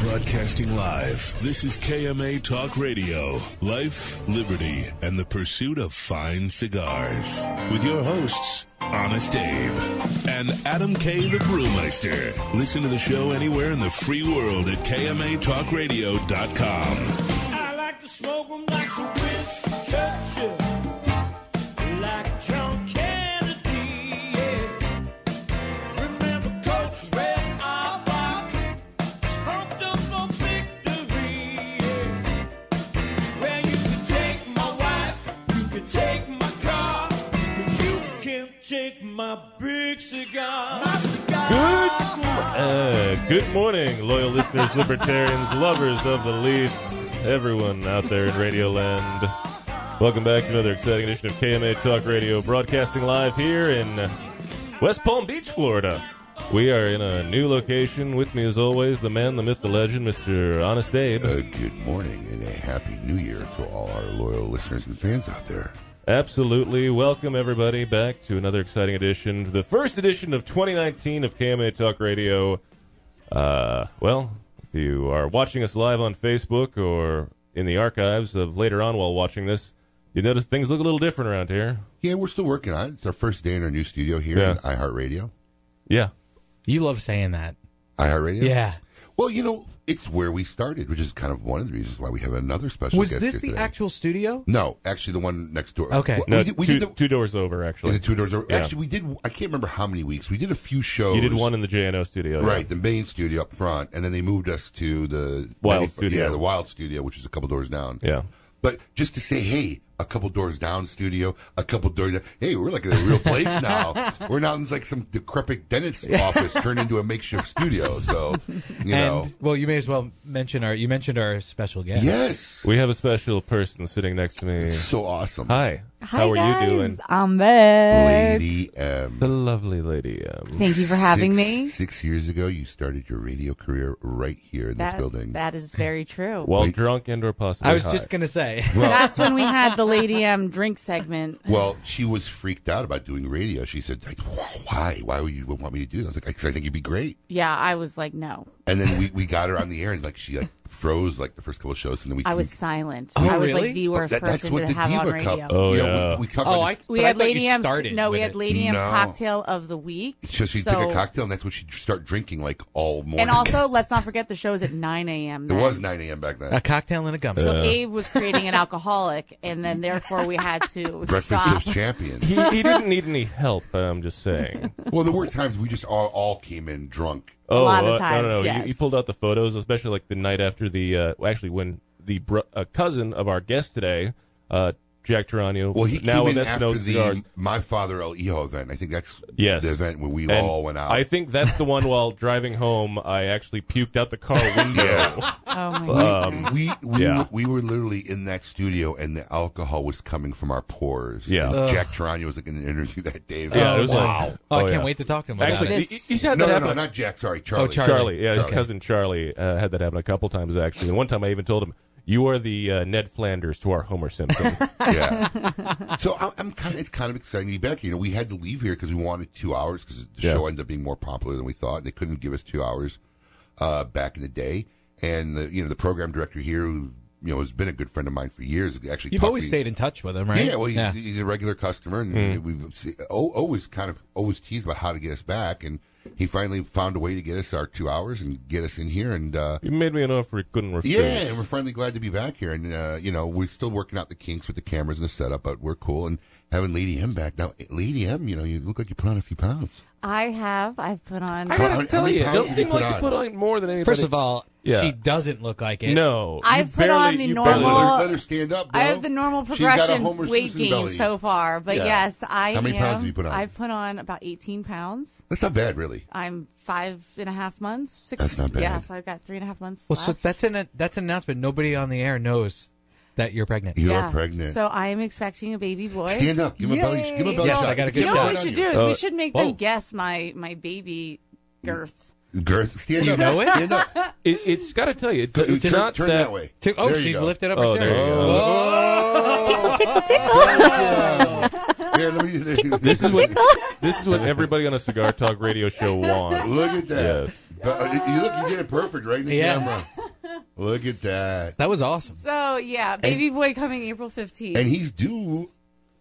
Broadcasting live. This is KMA Talk Radio. Life, liberty, and the pursuit of fine cigars. With your hosts, Honest Abe and Adam K. the Brewmeister. Listen to the show anywhere in the free world at KMATalkRadio.com. I like to smoke 'em like some Winston Churchill, like John Kennedy. Yeah. Remember Coach Red Auerbach, spunked up for victory. Yeah. Well, you can take my wife, you can take my car, but you can't take my big cigar. My cigar. Good, uh, good morning, loyal listeners, libertarians, lovers of the leaf, everyone out there in Radio Land. Welcome back to another exciting edition of KMA Talk Radio, broadcasting live here in West Palm Beach, Florida. We are in a new location. With me, as always, the man, the myth, the legend, Mr. Honest Abe. Uh, good morning and a happy new year to all our loyal listeners and fans out there. Absolutely. Welcome, everybody, back to another exciting edition, the first edition of 2019 of KMA Talk Radio. Uh, well, if you are watching us live on Facebook or in the archives of later on while watching this, you notice things look a little different around here. Yeah, we're still working on it. It's our first day in our new studio here Yeah. at iHeartRadio. Yeah. You love saying that. iHeartRadio? Yeah. Well, you know, it's where we started, which is kind of one of the reasons why we have another special Was guest this here the today. actual studio? No, actually, the one next door. Okay. Well, No, we did, we two, did the, two doors over, actually. the two doors. over- Yeah. Actually, we did, I can't remember how many weeks. We did a few shows. you did one in the JNO studio. yeah. Right, the main studio up front, and then they moved us to the Wild yeah, studio. the Wild Studio, which is a couple doors down. Yeah. But just to say, hey, a couple doors down studio, a couple doors. Down, hey, we're like in a real place now. We're not in like some decrepit dentist's office turned into a makeshift studio. So, you know, And well, you may as well mention our. You mentioned our special guest. yes, We have a special person sitting next to me. so awesome, Hi. Hi How are guys. you doing? I'm back. Lady M. The lovely lady. Um, Thank you for having Six- me. Six years ago, you started your radio career right here in That, this building. that is very true. while drunk and or possibly I was high. just gonna say. That's when we had the Lady M drink segment. Well, she was freaked out about doing radio. She said, like, "Why? Why would you want me to do that?" I was like, "Because I think you'd be great." Yeah, I was like, no. And then we, we got her on the air, and like she like froze like the first couple of shows, and then we I was silent. Oh, I was really? like the worst That- that's person what to the have on diva radio. cup. Oh, you know, yeah. we, we covered. Oh, this- I. We but I had thought you Lady M's started no, we with had it. Lady M's No. cocktail of the week. so she so, took a cocktail, and that's what she'd start drinking like all morning. And also, let's not forget the show's at 9 a.m. it then. was nine a.m. back then. A cocktail and a gum. So Abe was creating an alcoholic, and then therefore we had to Breakfast stop. of champions. he, he didn't need any help. uh, I'm just saying. well, there were times we just all, all came in drunk. Oh, lot of uh, no, times, no, no. You, yes. you pulled out the photos, especially like the night after the. Uh, well, actually, when the bro- uh, cousin of our guest today, uh, Jack Geronio, Well, he now came in with after Espinosa the Cigars. My Father El Hijo event. I think that's Yes. the event where we And all went out. I think that's the one while driving home, I actually puked out the car window. Um, Yeah. Oh my god. we we, yeah. were, we were literally in that studio, and the alcohol was coming from our pores. Yeah. And Ugh. Jack Tarano was like in an interview that day. Yeah, it was wow. like- oh, I oh, can't yeah. wait to talk to him. About Actually, it. he, This- he- he's had no, that no, happen. no, not Jack. Sorry, Oh, Charlie. Charlie. Charlie, yeah, his Charlie. cousin Charlie uh, had that happen a couple times actually. And one time I even told him, "You are the uh, Ned Flanders to our Homer Simpson." Yeah. so I, I'm kind of it's kind of exciting to be back. You know, we had to leave here because we wanted two hours because the Yeah. show ended up being more popular than we thought. They couldn't give us two hours uh, back in the day, and the, you know the program director here, who you know has been a good friend of mine for years, actually You've talked always me- stayed in touch with him, right? Mm-hmm. Yeah, well, he's, he's a regular customer, and we've se- al- always kind of always teased about how to get us back, and he finally found a way to get us our two hours and get us in here, and uh, you made me an offer he couldn't refuse. yeah, and we're finally glad to be back here, and uh, you know we're still working out the kinks with the cameras and the setup, but we're cool, and having Lady M back now, Lady M, you know, you look like you put on a few pounds. I have. I've put on. I How- gotta how tell many you, pounds don't did seem you put like you on? put on more than anybody. First of all, Yeah. she doesn't look like it. no, I you put barely- on the you Let her- barely- normal- Well, let her stand up. Bro. I have the normal She's got a progression Homer weight Simpson gain belly. so far, but Yeah. yes, I How many am, pounds have you put on? I've put on about 18 pounds. That's not bad, really. I'm five and a half months. Six, That's not bad. Yeah, so I've got three and a half months Well, left. so that's an that's an announcement. Nobody on the air knows that you're pregnant. You're yeah. pregnant. So I am expecting a baby boy. stand up. Give him a belly. Yay. Give him a belly Yes, shot. I got a Give him good you know shot. what we on should you. do is Uh, we should make whoa. them guess my my baby girth. Girth, stand You up. know it? Stand up. It, it's got to tell you, it, it's Turn- not turn that, that, way. To- oh, There you she go. lifted up Oh, her there you shirt. go. Here, let me do this. This is what this is what everybody on a cigar talk radio show wants. Look at that. Yes. Uh, you look, you did it perfect right in the Yeah. camera. Look at that. That was awesome. So yeah, baby boy coming April fifteenth. And he's due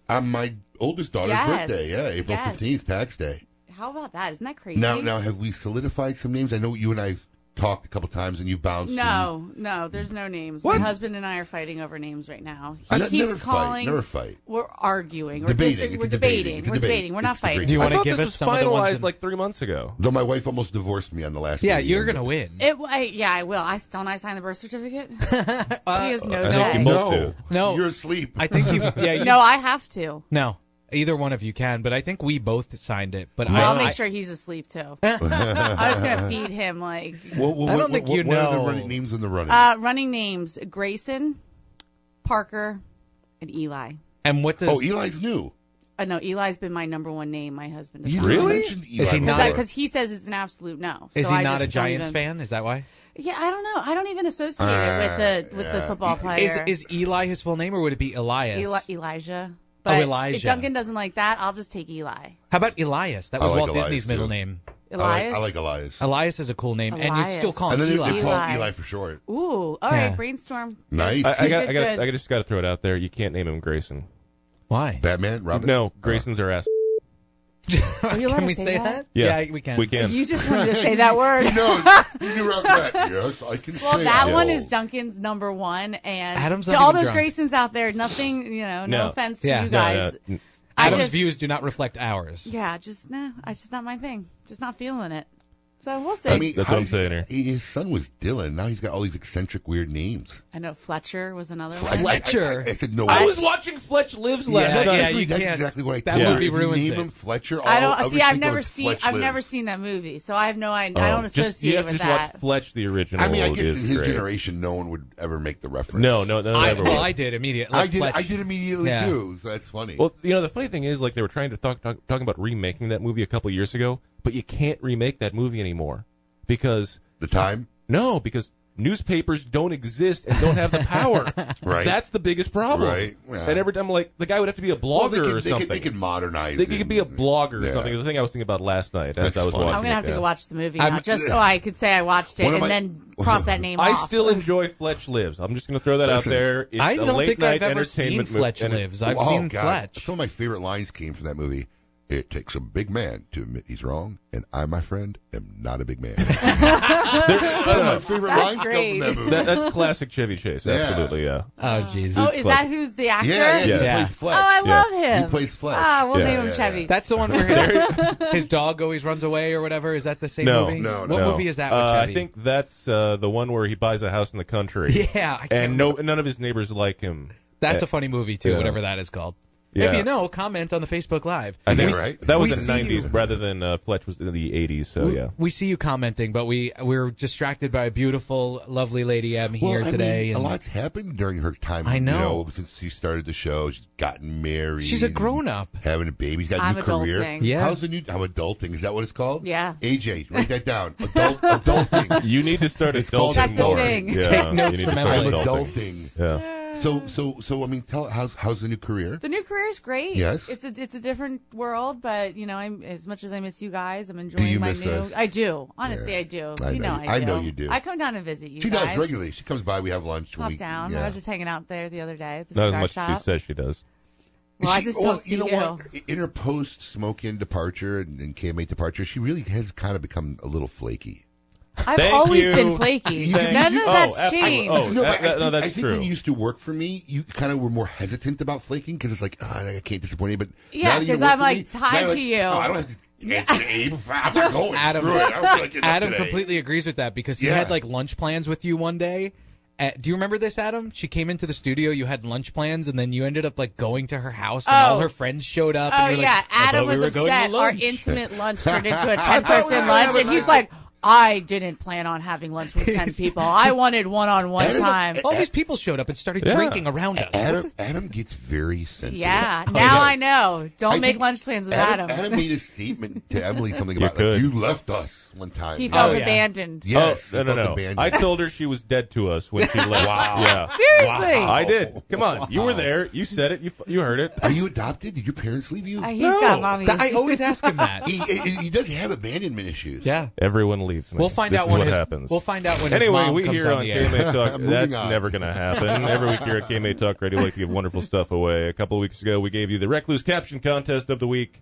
on my oldest daughter's Yes. birthday. Yeah, April Yes. 15th, tax day. How about that? Isn't that crazy? Now, now, have we solidified some names? I know you and I have talked a couple times and you bounced. and- No, no, there's no names. What? My husband and I are fighting over names right now. He I ne- keeps never fight, calling. never fight. We're arguing. We're Debating. disi- It's We're a debating. It's a We're debate. debating. We're not It's a debate. fighting. Do you I want to thought give this us was some of the ones? finalized in- like three months ago. Though my wife almost divorced me on the last yeah, meeting. you're gonna win. It, I, yeah, I will. I don't. I sign the birth certificate. he Uh, has no I think say. you No. both do. No. You're asleep. I think you. Yeah, you, No, I have to. no. Either one of you can, but I think we both signed it. But I'll I, make I- sure he's asleep too. I was gonna feed him like What, what, I don't what- think what- you what are the know. running names in the running? uh, running names: Grayson, Parker, and Eli. And what does? oh, Eli's new. Uh, no, Eli's been my number one name. My husband. You Is Really? mentioned Eli Is he not- before. Because he says it's an absolute no. is So he I not just a don't Giants even- fan? Is that why? Yeah, I don't know. I don't even associate Uh, it with the with the yeah. football player. Is is Eli his full name, or would it be Elias? Eli- Elijah? Oh, But Elijah. if Duncan doesn't like that, I'll just take Eli. How about Elias? That I was like Walt Elias, Disney's too. middle name. I like, Elias. I like Elias. Elias is a cool name, and you'd still Elias. call And him then they, Eli. they call him Eli. Eli for short. Ooh, oh, all right. Yeah. brainstorm. Nice. I, I, got, Good, I, got, good. I just got to throw it out there. You can't name him Grayson. Why? Batman, Robin. No, Grayson's our ass. Are you allowed Can to we say say that? that? Yeah, we can. We can. You just wanted to say that word. He knows. He knew Robin Bat. Yes, I can Well, say that I one know. is Duncan's number one, and Adam's to not all even those drunk. Graysons out there, nothing, you know, no, No. offense Yeah. to you No, guys. no. I Adam's just- views do not reflect ours. Yeah, just nah, it's just not my thing. Just not feeling it. So we'll see. I I, mean, That's how what I'm does- saying here. he- His son was Dylan. Now he's got all these eccentric, weird names. know Fletcher was another I- I- one. Fletcher. I, I said no. I way. was watching Fletch Lives last Yeah, night. yeah, Actually, you that's can't- exactly what I that thought. movie If you ruins name it. him Fletcher. I all- don't would see. I've think it never was seen. Fletch I've lives. never seen that movie, so I have no. I, I Oh, don't associate just, you have with to just that. watch Fletch the original. I mean, I guess in is his great. generation, no one would ever make the reference. No, no, no, I, never well, will. I did immediately. I did. Fletch. I did immediately Yeah. too. So that's funny. Well, you know, the funny thing is, like, they were trying to talk, talk talking about remaking that movie a couple years ago, but you can't remake that movie anymore because the time. no, because newspapers don't exist and don't have the power. Right. That's the biggest problem. Right, yeah. And every time, like, the guy would have to be a blogger Well, they or could, they something. could, they could modernize. They could, and- be a blogger or Yeah. something. It was the thing I was thinking about last night as That's I was funny. watching. I'm gonna it, have to yeah. go watch the movie I'm- now, just so I could say I watched it One of and my- then cross that name I off. still enjoy Fletch Lives. I'm just going to throw that Listen, out there. It's I a don't late think night I've ever seen entertainment movie, Fletch and it- Lives. I've Oh, seen God. Fletch. Some of my favorite lines came from that movie. It takes a big man to admit he's wrong, and I, my friend, am not a big man. Some of my favorite That's lines great. come from that movie. That, that's classic Chevy Chase. Yeah. Absolutely, yeah. Oh Jesus! oh, is that who's the actor? yeah, yeah, Yeah. He plays Oh, Fletch. I Yeah. love him. He plays Fletch. Ah, we'll Yeah, name him yeah, Chevy. That's the one where his, his dog always runs away or whatever. Is that the same No, movie? no, What no. movie is that? With Uh, I Chevy? think that's uh, the one where he buys a house in the country. Yeah, I can't- and no, none of his neighbors like him. that's a funny movie too. Yeah. Whatever that is called. Yeah. If you know, comment on the Facebook Live. I Yeah, think right. that was We in see the '90s you. rather than uh, Fletch was in the '80s. So yeah, We see you commenting, but we we're distracted by a beautiful, lovely lady M Well, here I today. mean, and a lot's happened during her time. I You know. know, since she started the show, she's gotten married. She's a and grown-up. having a baby. She's got a I'm new career. adulting. Yeah. How's the new? I'm adulting. Is that what it's called? Yeah. AJ, write that down. Adult, adulting. you need to start It's called adulting That's the more. thing. Yeah, Take notes you need from to start I'm Emily. adulting. adulting. Yeah, So, so, so. I mean, tell how's how's the new career? The new career is great. Yes. it's a it's a different world, but you know, I'm as much as I miss you guys, I'm enjoying you my miss new. us? I do, honestly, I do. I you know know, you- I I do. know you do. I come down and visit you. She guys. does regularly. She comes by. We have lunch. Pop we, down. yeah. I was just hanging out there the other day at the not as cigar much shop. as she says she does. Well, I She- just well, don't see you you. know what? In her post smoking departure and, and KMA departure, she really has kind of become a little flaky. I've Thank always you. been flaky. Thank None you. of Oh, that's ab- changed. oh, no, but that- I that- think, no, that's I think true. when you used to work for me, you kind of were more hesitant about flaking because it's like, oh, I can't disappoint you. But Yeah, now that you 'cause work I'm, for like, me, tied now to you're like, you. Oh, I don't have to answer to Abe. I'm not going. Adam- Screw it. I don't feel like getting up Adam today. completely agrees with that because he Yeah. had like lunch plans with you one day. Uh, do you remember this, Adam? She came into the studio. You had lunch plans, and then you ended up like going to her house, and Oh. all her friends showed up. Oh and you were yeah, like, "I Adam thought we was were going to upset. Our lunch." intimate lunch turned into a ten-person lunch, and he's like, "I didn't plan on having lunch with ten people. I wanted one-on-one Adam- time." all these people showed up and started Yeah. drinking around us. Oh, Adam, Adam gets very sensitive. Yeah, now I know. Don't Oh, I make think lunch plans with Adam, Adam. Adam made a statement to Emily something You about like, could. you left us one time. He felt yeah. abandoned. Yes, oh, he no, felt no, no. abandoned. I told her she was dead to us when she left. wow. Yeah. Seriously, I did. Come on, you were there. You said it. You f- you heard it. Are you adopted? Did your parents leave you? Uh, he's No. got mommy. Th- I issues. always ask him that. he, he, he does have abandonment issues. Yeah. Everyone leaves. leaves me. We'll find This out is when what his- happens. We'll find out when. his Anyway, mom we comes here on the air. KMA Talk. Moving that's on. never going to happen. Every week here at KMA Talk Radio, we like to give wonderful stuff away. A couple of weeks ago, we gave you the Recluse Caption Contest of the Week.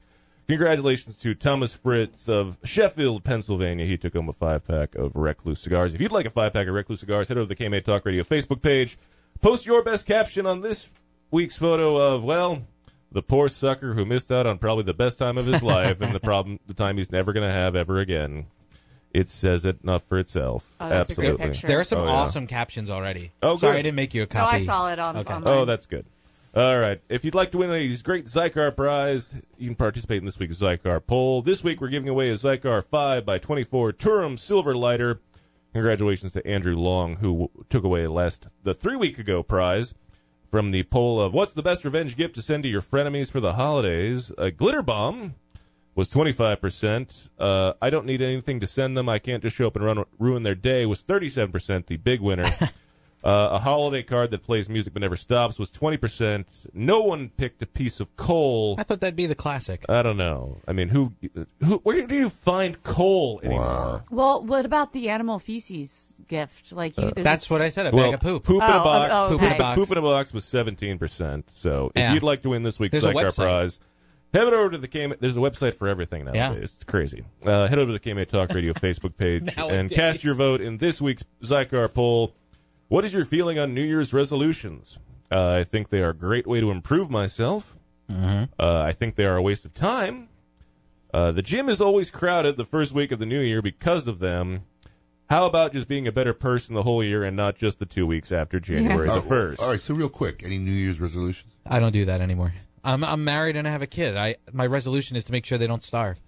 Congratulations to Thomas Fritz of Sheffield, Pennsylvania. He took home a five pack of Recluse cigars. If you'd like a five pack of Recluse cigars, head over to the KMA Talk Radio Facebook page. Post your best caption on this week's photo of, well, the poor sucker who missed out on probably the best time of his life and the problem, the time he's never going to have ever again. It says it enough for itself. Oh, that's a good Absolutely. picture. There are some Oh, yeah. awesome captions already. Oh, sorry, good. I didn't make you a No, copy. I saw it on. online. Oh, that's good. All right. If you'd like to win a great Zycar prize, you can participate in this week's Zycar poll. This week, we're giving away a Zycar 5 by 24 Turum Silver Lighter. Congratulations to Andrew Long, who w- took away last the three week ago prize from the poll of what's the best revenge gift to send to your frenemies for the holidays. A glitter bomb was 25%. Uh, I don't need anything to send them. I can't just show up and run, ruin their day was 37%, the big winner. Uh, a holiday card that plays music but never stops was 20%. No one picked a piece of coal. I thought that'd be the classic. I don't know. I mean, who, who, where do you find coal anymore? Well, what about the animal feces gift? Like Uh, you, there's That's this- what I said. A bag of Uh, poop. in a Oh, box. oh, Poop in a okay. box. Poop in a box was seventeen percent. So if Yeah. you'd like to win this week's There's a Zycar website. prize, head over to the KMA. There's a website for everything nowadays. Yeah. It's crazy. Uh, head over to the KMA Talk Radio Facebook page and Nowadays. cast your vote in this week's Zycar poll. What is your feeling on New Year's resolutions? Uh, I think they are a great way to improve myself. Mm-hmm. Uh, I think they are a waste of time. Uh, the gym is always crowded the first week of the new year because of them. How about just being a better person the whole year and not just the two weeks after January Uh, the first? All right, so real quick, any New Year's resolutions? I don't do that anymore. I'm I'm married and I have a kid. I my resolution is to make sure they don't starve.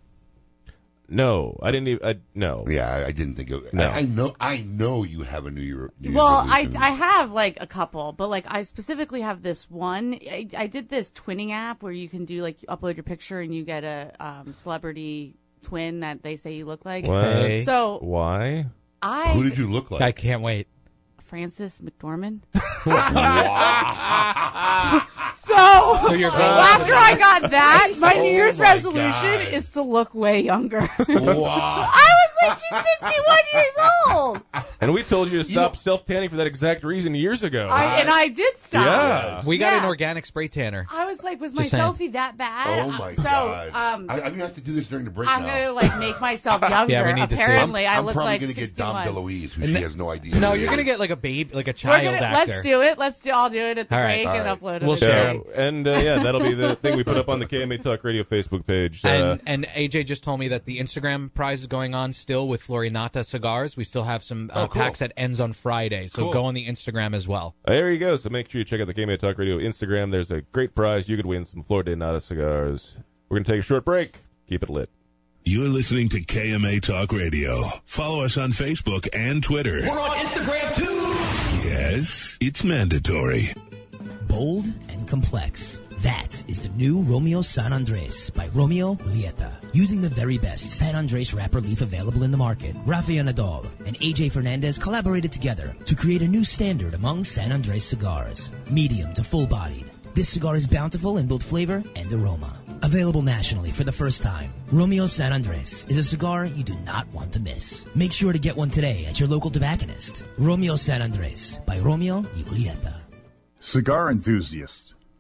No, I didn't even. I, no, Yeah, I, I didn't think of. No. I, I know, I know you have a New Year. New Year's Well, I, resolution. I have like a couple, but like I specifically have this one. I, I did this twinning app where you can do like you upload your picture and you get a um, celebrity twin that they say you look like. What? Hey. So Why? I Who did you look like? I can't wait. Francis McDormand. So So you're after I got that, my New Year's Oh my resolution God. is to look way younger. wow. I was like, she's 61 years old. And we told you to stop self tanning for that exact reason years ago. I, and I did stop. yeah. we got an Yeah. organic spray tanner. I was like, was my Just saying. selfie that bad? Oh my so, god! um, I, I'm gonna have to do this during the break. I'm now. gonna like make myself younger. Yeah, we need to see it. Apparently, I I'm look probably like gonna get Dom 61. DeLuise, who she has no idea. No, who you're is. gonna get like a baby, like a We're child gonna, actor. let's do it. Let's do. I'll do it at the All right. break All and right. upload it. We'll at the share break. So, and uh, yeah, that'll be the thing we put up on the KMA Talk Radio Facebook page. Uh, And, and AJ just told me that the Instagram prize is going on still with Florinata cigars. We still have some uh, Oh, cool. packs that ends on Friday, so Cool. go on the Instagram as well. There you go. So make sure you check out the Game Day Talk Radio Instagram. There's a great prize. You could win some Florida Nada cigars. We're going to take a short break. Keep it lit. You're listening to KMA Talk Radio. Follow us on Facebook and Twitter. We're on Instagram too. Yes, it's mandatory. bold and complex. That is the new Romeo San Andres by Romeo Lieta. Using the very best San Andres wrapper leaf available in the market, Rafael Nadal and AJ Fernandez collaborated together to create a new standard among San Andres cigars. Medium to full bodied, this cigar is bountiful in both flavor and aroma. Available nationally for the first time, Romeo San Andres is a cigar you do not want to miss. Make sure to get one today at your local tobacconist. Romeo San Andres by Romeo Julieta. Cigar enthusiasts,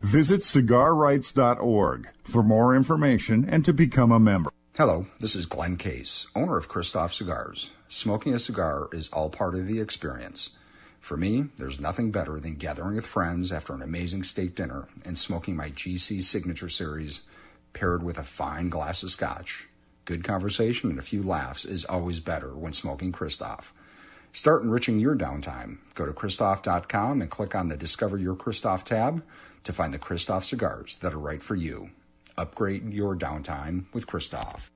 Visit cigarrights.org for more information and to become a member. Hello, this is Glenn Case, owner of Christoph Cigars. Smoking a cigar is all part of the experience. For me, there's nothing better than gathering with friends after an amazing steak dinner and smoking my GC Signature Series paired with a fine glass of scotch. Good conversation and a few laughs is always better when smoking Christoph. Start enriching your downtime. Go to Christoph.com and click on the Discover Your Christoph tab to find the Christoph cigars that are right for you. Upgrade your downtime with Christoph.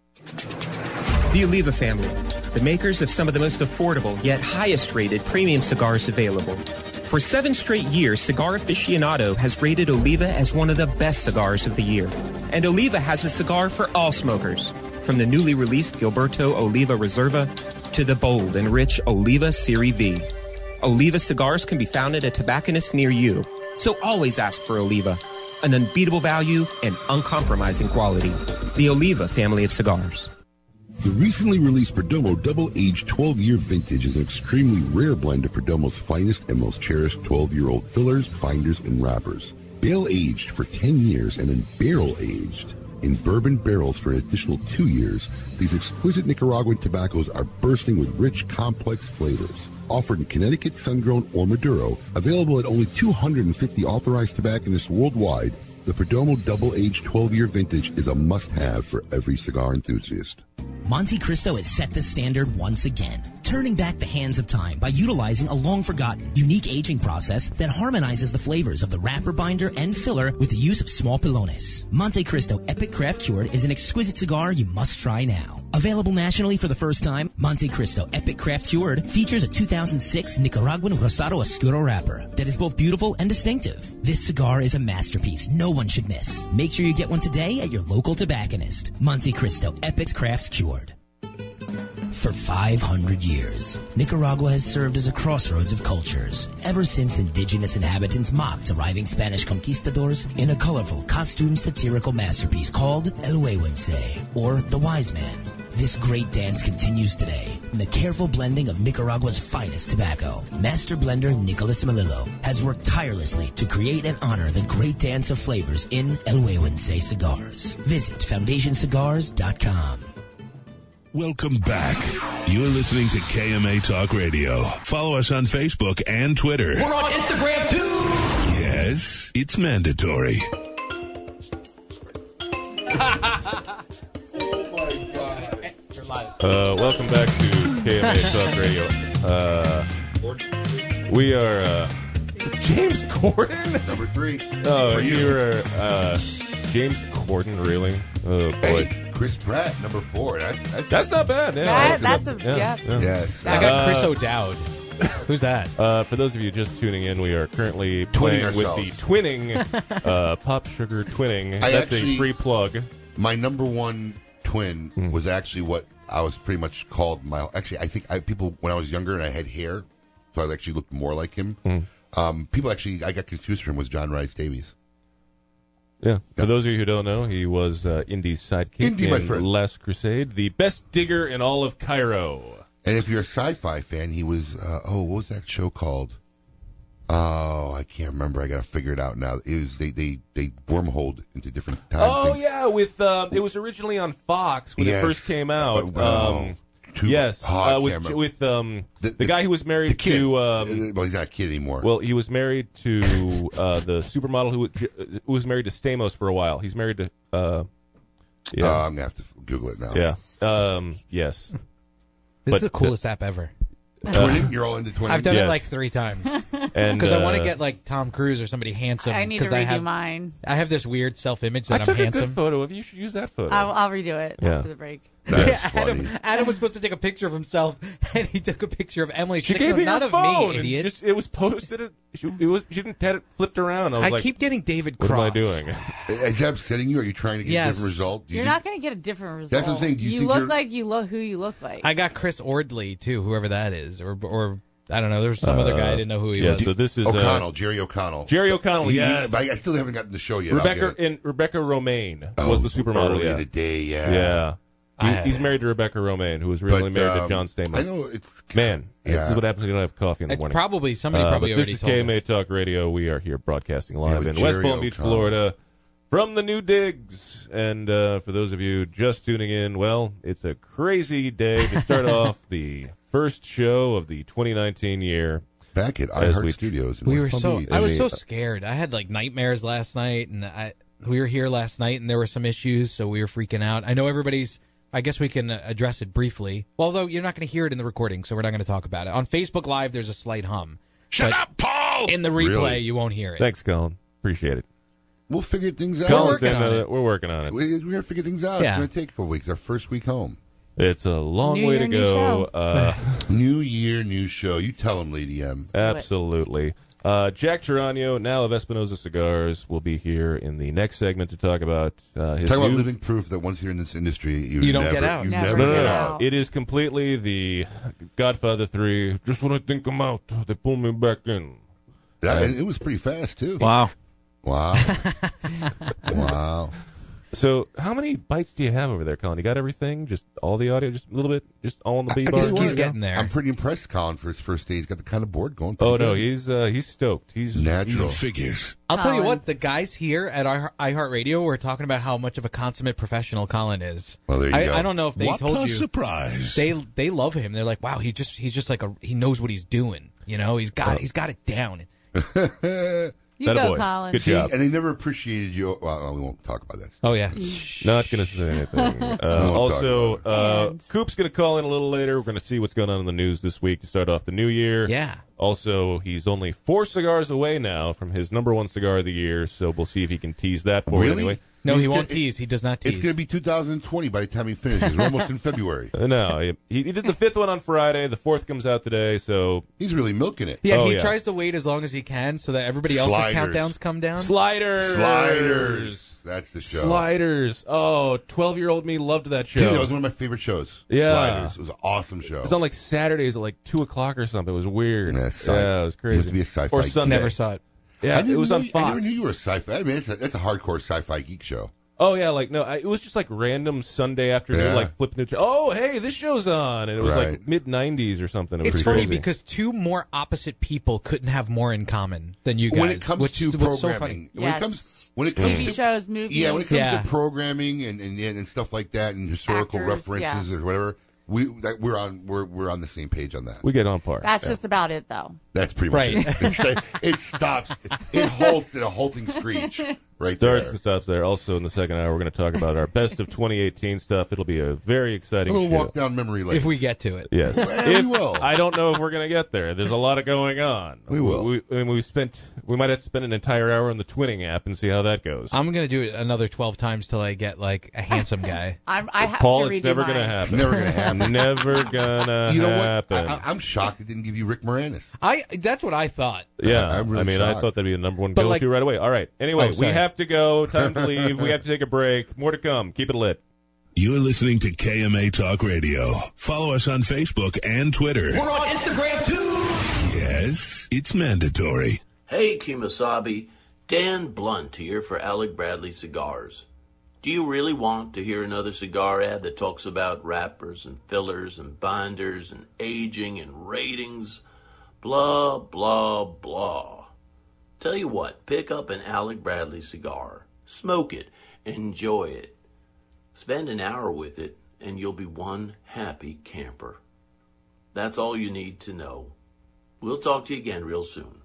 Do you leave a family? The makers of some of the most affordable yet highest rated premium cigars available. For seven straight years, Cigar Aficionado has rated Oliva as one of the best cigars of the year. And Oliva has a cigar for all smokers. From the newly released Gilberto Oliva Reserva to the bold and rich Oliva Serie V. Oliva cigars can be found at a tobacconist near you. So always ask for Oliva, an unbeatable value and uncompromising quality. The Oliva family of cigars. The recently released Perdomo Double Aged 12 Year Vintage is an extremely rare blend of Perdomo's finest and most cherished 12 year old fillers, binders, and wrappers. Bale aged for 10 years and then barrel aged in bourbon barrels for an additional two years. These exquisite Nicaraguan tobaccos are bursting with rich, complex flavors. Offered in Connecticut, Sun Grown, or Maduro, available at only 250 authorized tobacconists worldwide, the Perdomo Double Aged 12 Year Vintage is a must have for every cigar enthusiast. Monte Cristo has set the standard once again, turning back the hands of time by utilizing a long forgotten, unique aging process that harmonizes the flavors of the wrapper binder and filler with the use of small pilones. Monte Cristo Epic Craft Cured is an exquisite cigar you must try now. Available nationally for the first time, Monte Cristo Epic Craft Cured features a 2006 Nicaraguan Rosado Oscuro wrapper that is both beautiful and distinctive. This cigar is a masterpiece no one should miss. Make sure you get one today at your local tobacconist. Monte Cristo Epic Craft Cured. For 500 years, Nicaragua has served as a crossroads of cultures ever since indigenous inhabitants mocked arriving Spanish conquistadors in a colorful costume satirical masterpiece called El Huehuense, or The Wise Man. This great dance continues today in the careful blending of Nicaragua's finest tobacco. Master blender Nicolas Melillo has worked tirelessly to create and honor the great dance of flavors in El Huehuense cigars. Visit foundationcigars.com. Welcome back. You're listening to KMA Talk Radio. Follow us on Facebook and Twitter. We're on Instagram too. Yes, it's mandatory. Uh, welcome back to KMA Talk Radio. Uh, we are uh, James Corden. Number three. Oh, for you are uh, James Corden, really? Oh boy, Hey, Chris Pratt, number four. That's that's, that's not bad. Yeah, That- that's a yeah. yes. I got Chris O'Dowd. Who's that? Uh, for those of you just tuning in, we are currently playing with ourselves. the twinning, uh, pop sugar twinning. I That's a actually- free plug. Hmm. my number one twin was actually what I was pretty much called my. Actually, I think I, people when I was younger and I had hair, so I actually looked more like him. Hmm. Um, people actually I got confused for him was John Rice Davies. Yeah. For those of you who don't know, he was uh, Indy's sidekick Indy, my in friend. Last Crusade, the best digger in all of Cairo. And if you're a sci-fi fan, he was. Uh, oh, what was that show called? Oh, I can't remember. I gotta figure it out now. It was they they they wormholed into different time. Oh things. yeah, with um, it was originally on Fox when it Yes. first came out. Uh, well, Um, too- yes, oh, I uh, can't with remember. with um, the, The- the- guy who was the married kid. Uh, to um, well, he's not a kid anymore. Well, he was married to uh, the supermodel who, uh, who was married to Stamos for a while. He's married to. Uh, yeah. Uh, I'm gonna have to Google it now. yeah. Um, yes. But- This Uh, is the coolest app ever. Twinning? you're all into twinning. I've done yes. it like three times And because I want uh, to get like Tom Cruise or somebody handsome. I need to 'cause redo have, mine. I have this weird self-image I that took am a good handsome. photo of you. You should use that photo. I'll, I'll redo it Yeah. after the break. That's Adam, funny. Adam was supposed to take a picture of himself, and he took a picture of Emily. she She's gave like, me no, her not phone. of me, and idiot. just- it was posted. It, she, it was. She didn't had it flipped around. I was I like, keep getting David "What Cross. am I doing?" Is that upsetting you? Are you trying to get Yes. a different result? Do you You're think- not going to get a different result. That's what I'm saying. Do you You think look you're- like you look who you look like. I got Chris Ordley too, whoever that is, or or I don't know. There was some other guy I didn't know who he Uh, yeah. was. So this is O'Connell, uh, Jerry O'Connell. Jerry O'Connell, He- he- yes. but I I still haven't gotten the show yet. I'll Rebecca get it. Oh, and Rebecca Romaine was the supermodel. Early yeah. in the day, yeah. yeah. He- I- he's married to Rebecca Romaine, who was originally married to um, John Stamos. I know it's Man, Yeah. this is what happens when you don't have coffee in the It's morning. probably somebody Uh, probably but already this is told KMA us. Talk Radio. We are here broadcasting live with in West Jerry Palm Beach, O'Connell. Florida, from the new digs. And uh, for those of you just tuning in, well, it's a crazy day to start off the first show of the 2019 year. back at As we- iHeart Studios. in We were West Palm so. Beach. I was so scared. I had like nightmares last night, and I we were here last night, and there were some issues, so we were freaking out. I know everybody's. I guess we can uh, address it briefly. Well, although you're not going to hear it in the recording, so we're not going to talk about it on Facebook Live. There's a slight hum. Shut up, Paul. In the replay, Really? you won't hear it. Thanks, Colin. Appreciate it. We'll figure things out. Colin's saying that We're working on it. We- We're gonna figure things out. Yeah. It's gonna take a couple weeks. Our first week home. It's a long New way year, to new go, show. uh, new year, new show. You tell them, Lady M. Absolutely. Uh, Jack Tarano, now of Espinosa Cigars, will be here in the next segment to talk about uh, his Talk about new- living proof that once you're in this industry, you, You don't never, get out. You Never never, No, get no, no. out. It is completely the Godfather 3. Just when I think I'm out, they pull me back in. Yeah, and it was pretty fast, too. Wow. Wow. wow. So, how many bites do you have over there, Colin? You got everything? Just all the audio? Just a little bit? Just all on the B bar? I'm pretty impressed, Colin, for his first day. He's got the kind of board going. Oh, no. He's uh, he's stoked. He's Natural. he's- Figures. I'll tell you Colin. what, the guys here at iHeart- iHeartRadio were talking about how much of a consummate professional Colin is. Well, there you I, go. I don't know if they What told a you. surprise. They they love him. They're like, wow, he just he's just like a he knows what he's doing. You know, he's got Oh. he's got it down. you Atta go, boy. Colin. Good job. And they never appreciated you. Well, we won't talk about this. Oh yeah. Mm-hmm. Not going to say anything. Won't Uh, talk also, uh, Coop's going to call in a little later. We're going to see what's going on in the news this week to start off the new year. Yeah. Also, he's only four cigars away now from his number one cigar of the year, so we'll see if he can tease that for Really? anyway. No, He's he won't gonna- tease. He does not tease. It's going to be 2020 by the time he finishes. We're almost in February. Uh, no, he, he did the fifth one on Friday. The fourth comes out today, so Oh, he's really milking it. Yeah, he tries to wait as long as he can so that everybody else's Sliders. countdowns come down. Sliders. Sliders. That's the show. Sliders. Oh, 12 year old me loved that show. Dude, that was one of my favorite shows. Yeah. Sliders. It was an awesome show. It was on like Saturdays at like two o'clock or something. It was weird. Yeah, sci- it was You crazy. have to be a sci-fi. Or geek. Sunday. Yeah, I didn't it was know on you- Fox. I never knew you were a sci-fi. I mean, it's a, that's a hardcore sci-fi geek show. Oh yeah, like no, I, it was just like random Sunday afternoon, Yeah. like flipping the. Oh hey, this show's on, and it was like Right. mid '90s or something. It was It's funny crazy. because two more opposite people couldn't have more in common than you guys. when it comes which, to what's so programming, funny. when it Yes. comes when it TV comes to, shows, movies. yeah, when it comes Yeah. to programming and, and and stuff like that, and historical Actors, references yeah. or whatever, we that we're on we're we're on the same page on that. we get on par. That's Yeah. just about it, though. That's pretty much it. Right. It's like- it stops. It halts at a halting screech. Right Starts there. and stops there. Also, in the second hour, we're going to talk about our best of 2018 stuff. It'll be a very A exciting little show. walk down memory lane. If we get to it. Yes, we If- will. I don't know if we're going to get there. There's a lot of going on. We will. We, I mean, we spent. We might have to spend an entire hour on the twinning app and see how that goes. I'm gonna do it another twelve times till I get like a handsome guy. I'm, I have Paul, to redo it's never mine. going to happen. Never gonna happen. never gonna You know what? happen. I, I, I'm shocked it didn't give you Rick Moranis. I that's what I thought. Yeah, I- I, I'm really mean, I shocked. thought that'd be the number one But go like- to right away. All right. Anyway, Oh, we sorry. have to go. Time to leave. we have to take a break. More to come. Keep it lit. You're listening to KMA Talk Radio. Follow us on Facebook and Twitter. We're on Instagram too. Yes, it's mandatory. Hey, Kimasabi. Dan Blunt here for Alec Bradley Cigars. Do you really want to hear another cigar ad that talks about wrappers and fillers and binders and aging and ratings? Blah, blah, blah. Tell you what, pick up an Alec Bradley cigar. Smoke it. Enjoy it. Spend an hour with it, and you'll be one happy camper. That's all you need to know. We'll talk to you again real soon.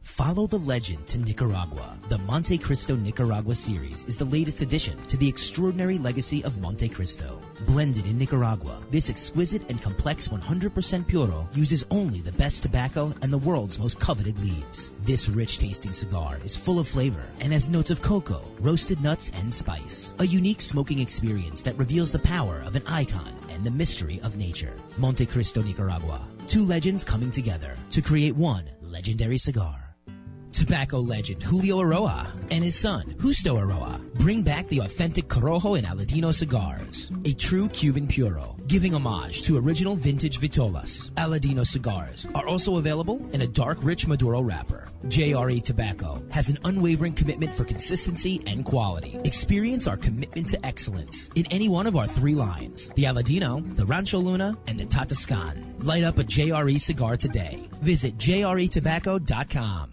Follow the legend to Nicaragua. The Monte Cristo Nicaragua series is the latest addition to the extraordinary legacy of Monte Cristo. Blended in Nicaragua, this exquisite and complex 100% puro uses only the best tobacco and the world's most coveted leaves. This rich tasting cigar is full of flavor and has notes of cocoa, roasted nuts, and spice. A unique smoking experience that reveals the power of an icon and the mystery of nature. Monte Cristo Nicaragua. Two legends coming together to create one legendary cigar. Tobacco legend Julio Aroa and his son, Justo Aroa, bring back the authentic Corojo and Aladino cigars, a true Cuban puro, giving homage to original vintage Vitolas. Aladino cigars are also available in a dark, rich Maduro wrapper. JRE Tobacco has an unwavering commitment for consistency and quality. Experience our commitment to excellence in any one of our three lines the Aladino, the Rancho Luna, and the Tatascan. Light up a JRE cigar today. Visit E jretobacco.com.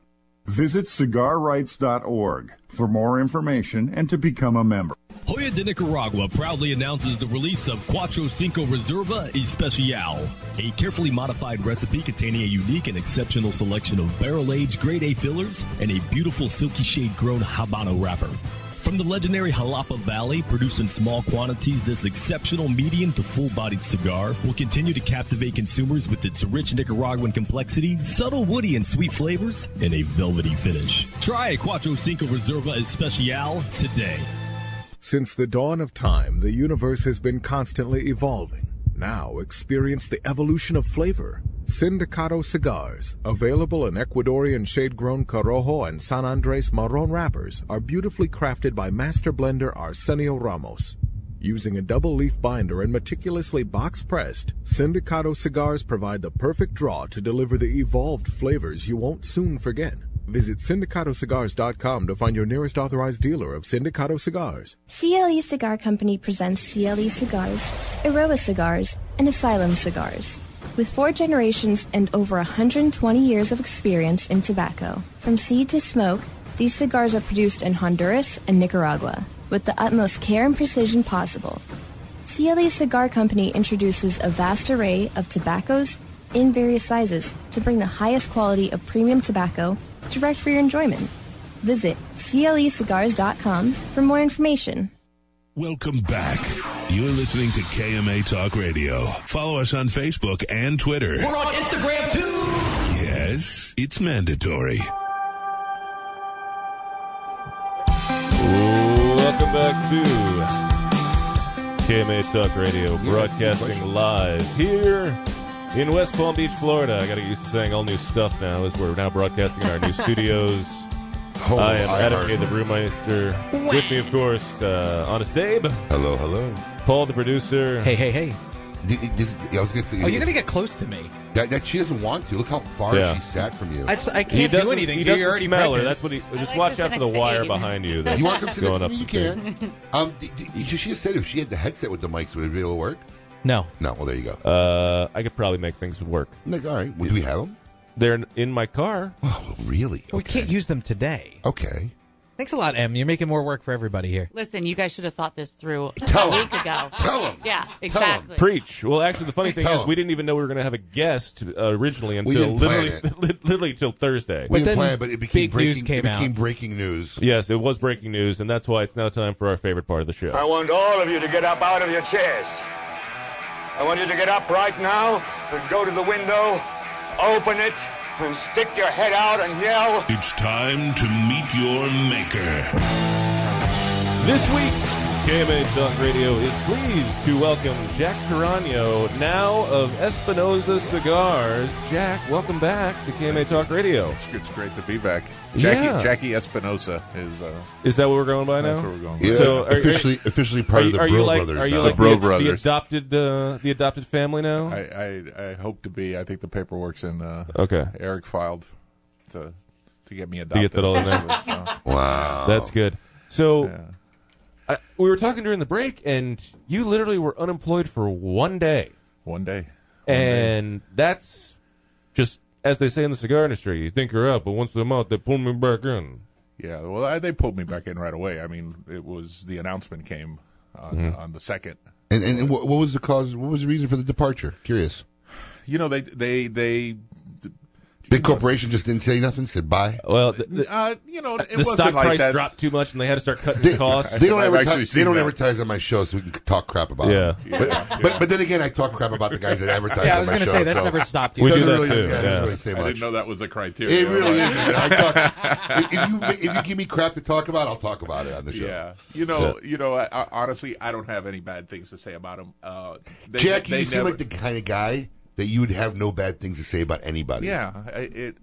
Visit cigarrights.org for more information and to become a member. Hoya de Nicaragua proudly announces the release of Cuatro Cinco Reserva Especial, a carefully modified recipe containing a unique and exceptional selection of barrel-aged grade A fillers and a beautiful silky shade-grown Habano wrapper. From the legendary Jalapa Valley, produced in small quantities, this exceptional medium to full-bodied cigar will continue to captivate consumers with its rich Nicaraguan complexity, subtle woody and sweet flavors, and a velvety finish. Try a Cuatro Cinco Reserva Especial today. Since the dawn of time, the universe has been constantly evolving. Now experience the evolution of flavor. Sindicato cigars, available in Ecuadorian shade grown Corojo and San Andres Marron wrappers, are beautifully crafted by master blender Arsenio Ramos. Using a double leaf binder and meticulously box pressed, Sindicato cigars provide the perfect draw to deliver the evolved flavors you won't soon forget. Visit syndicatocigars.com to find your nearest authorized dealer of Sindicato cigars. CLE E Cigar Company presents CLE Cigars, Eroa Cigars, and Asylum Cigars. With four generations and over 120 years of experience in tobacco, from seed to smoke, these cigars are produced in Honduras and Nicaragua with the utmost care and precision possible. CLE Cigar Company introduces a vast array of tobaccos in various sizes to bring the highest quality of premium tobacco direct for your enjoyment. Visit E clecigars.com for more information. Welcome back. You're listening to KMA Talk Radio. Follow us on Facebook and Twitter. We're on Instagram too. Yes, it's mandatory. Welcome back to KMA Talk Radio, broadcasting live here in West Palm Beach, Florida. I got to get used to saying all new stuff now as we're now broadcasting in our new studios. Oh, I am I Adam heard. K. the Brewmeister. With me, of course, uh, Honest Abe. Hello, hello. Paul the producer. Hey, hey, hey. I was gonna say, Oh, you're gonna get close to me. That, that she doesn't want to. Look how far Yeah. she sat from you. I just- I he can't doesn't, do anything. He dude. doesn't You're already smell her. pregnant. That's what he. Just watch out for the wire behind you. That's You want to come to going the up You the thing. can. Um, d- d- you should- she just said if she had the headset with the mics, would it be able to work? No. No. Well, there you go. Uh, I could probably make things work. Like, all right. Well, do we have them? They're in- in my car. Oh, really? We can't use them today. Okay. Thanks a lot, Em. You're making more work for everybody here. Listen, you guys should have thought this through a Tell 'em. week ago. Tell them. Yeah, exactly. Preach. Well, actually, the funny thing Tell is, 'em. we didn't even know we were going to have a guest uh, originally until didn't plan literally, literally till Thursday. we didn't plan, but it became breaking. it became breaking news. Yes, it was breaking news, and that's why it's now time for our favorite part of the show. I want all of you to get up out of your chairs. I want you to get up right now and go to the window, open it, and stick your head out and yell. It's time to meet your maker. This week, KMA Talk Radio is pleased to welcome Jack Tarano, now of Espinosa Cigars. Jack, welcome back to KMA Talk Radio. It's, it's great to be back. Jackie, Yeah. Jackie Espinosa is. Uh, Is that what we're going by now? That's what we're going by. Yeah, officially- officially part of are you- the are you Bro like, Brothers Are you now. like The Bro the, the Brothers. adopted uh, the adopted family now? I, I I hope to be. I think the paperwork's in. Uh, Okay. Eric filed to to get me to adopted. get that all in there. officially, so. that's good. So, I, we were talking during the break, and you literally were unemployed for one day. One day, and that's just as they say in the cigar industry. You think you're out, but once I'm out, they pull me back in. Yeah, well, I, they pulled me back in right away. I mean, it was the announcement came on, Mhm. Mm-hmm. on the second. And, and, and what, what was the cause? What was the reason for the departure? Curious. You know, they they they Big corporation just didn't say nothing. Said bye. Well, th- th- Uh, you know, it the wasn't stock like price that. dropped too much, and they had to start cutting They, costs. they don't, advertise, they don't advertise on my show, so we can talk crap about Yeah. it. But, but but then again, I talk crap about the guys that advertise. Yeah, I on was my gonna show, say, that's so never stopped it you. We do doesn't that really, too, yeah, it yeah. doesn't really say I much. didn't know that was the criteria. It really Like- is. I talk, if, you, if you give me crap to talk about, I'll talk about it Oh, on the show. Yeah, you know, you know. I, I, honestly, I don't have any bad things to say about him. Uh, they, Jack, they you seem never- like the kind of guy that you would have no bad things to say about anybody. yeah. I- It,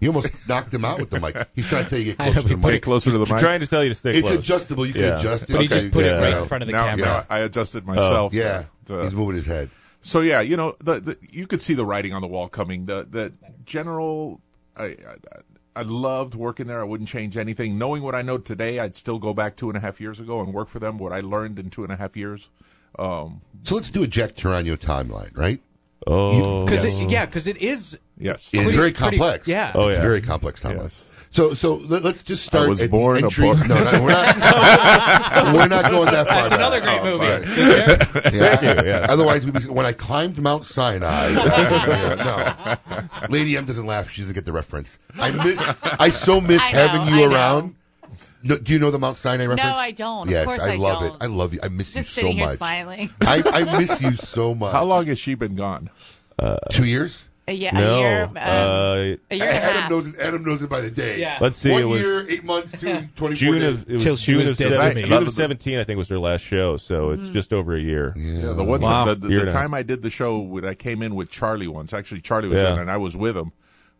You almost knocked him out with the mic. He's trying to tell you to get I know, closer to the mic. but- Get closer to the mic? Trying to tell you to stay It's close. adjustable. You can Yeah. adjust it. But he just put it you right know. in front of the Now- camera. now I adjusted Oh. myself. Yeah. To- He's moving his head. So yeah, you know, the, the you could see the writing on the wall coming. The the general, I, I I loved working there. I wouldn't change anything. Knowing what I know today, I'd still go back two and a half years ago and work for them. What I learned in two and a half years. Um, So let's do a Jack Tarano timeline, right? Oh. Because Yes. it, yeah, because it is. Yes. Oh, It's very pretty- pretty- complex. yeah. it's very complex timeline. So, so let, us just I start. was at the born a entry. book. No, no, we're not. we're not going that far. back. That's Oh, another great I'm movie. sorry. Thank you, yes. Otherwise, we'd be, when I climbed Mount Sinai, yeah, no, Lady M doesn't laugh. She doesn't get the reference. I miss. I so miss I know, having I you know. around. No, do you know the Mount Sinai reference? I don't. Of Yes, course I love don't. it. I love you. I miss Just you so sitting here much. smiling. I, I miss you so much. How long has she been gone? Uh, Two years. A ye- a no, year, um, uh, a year and a Adam half. knows. Adam knows it by the day. Yeah. Let's see, One it was- year, eight months, two, 24 June days. of it was June of, seven- June of seventeen, I think, was their last show. So it's Mhm. just over a year. Yeah, the one the, the, the time I did the show, when I came in with Charlie once. Actually, Charlie was Yeah. in, and I was with him.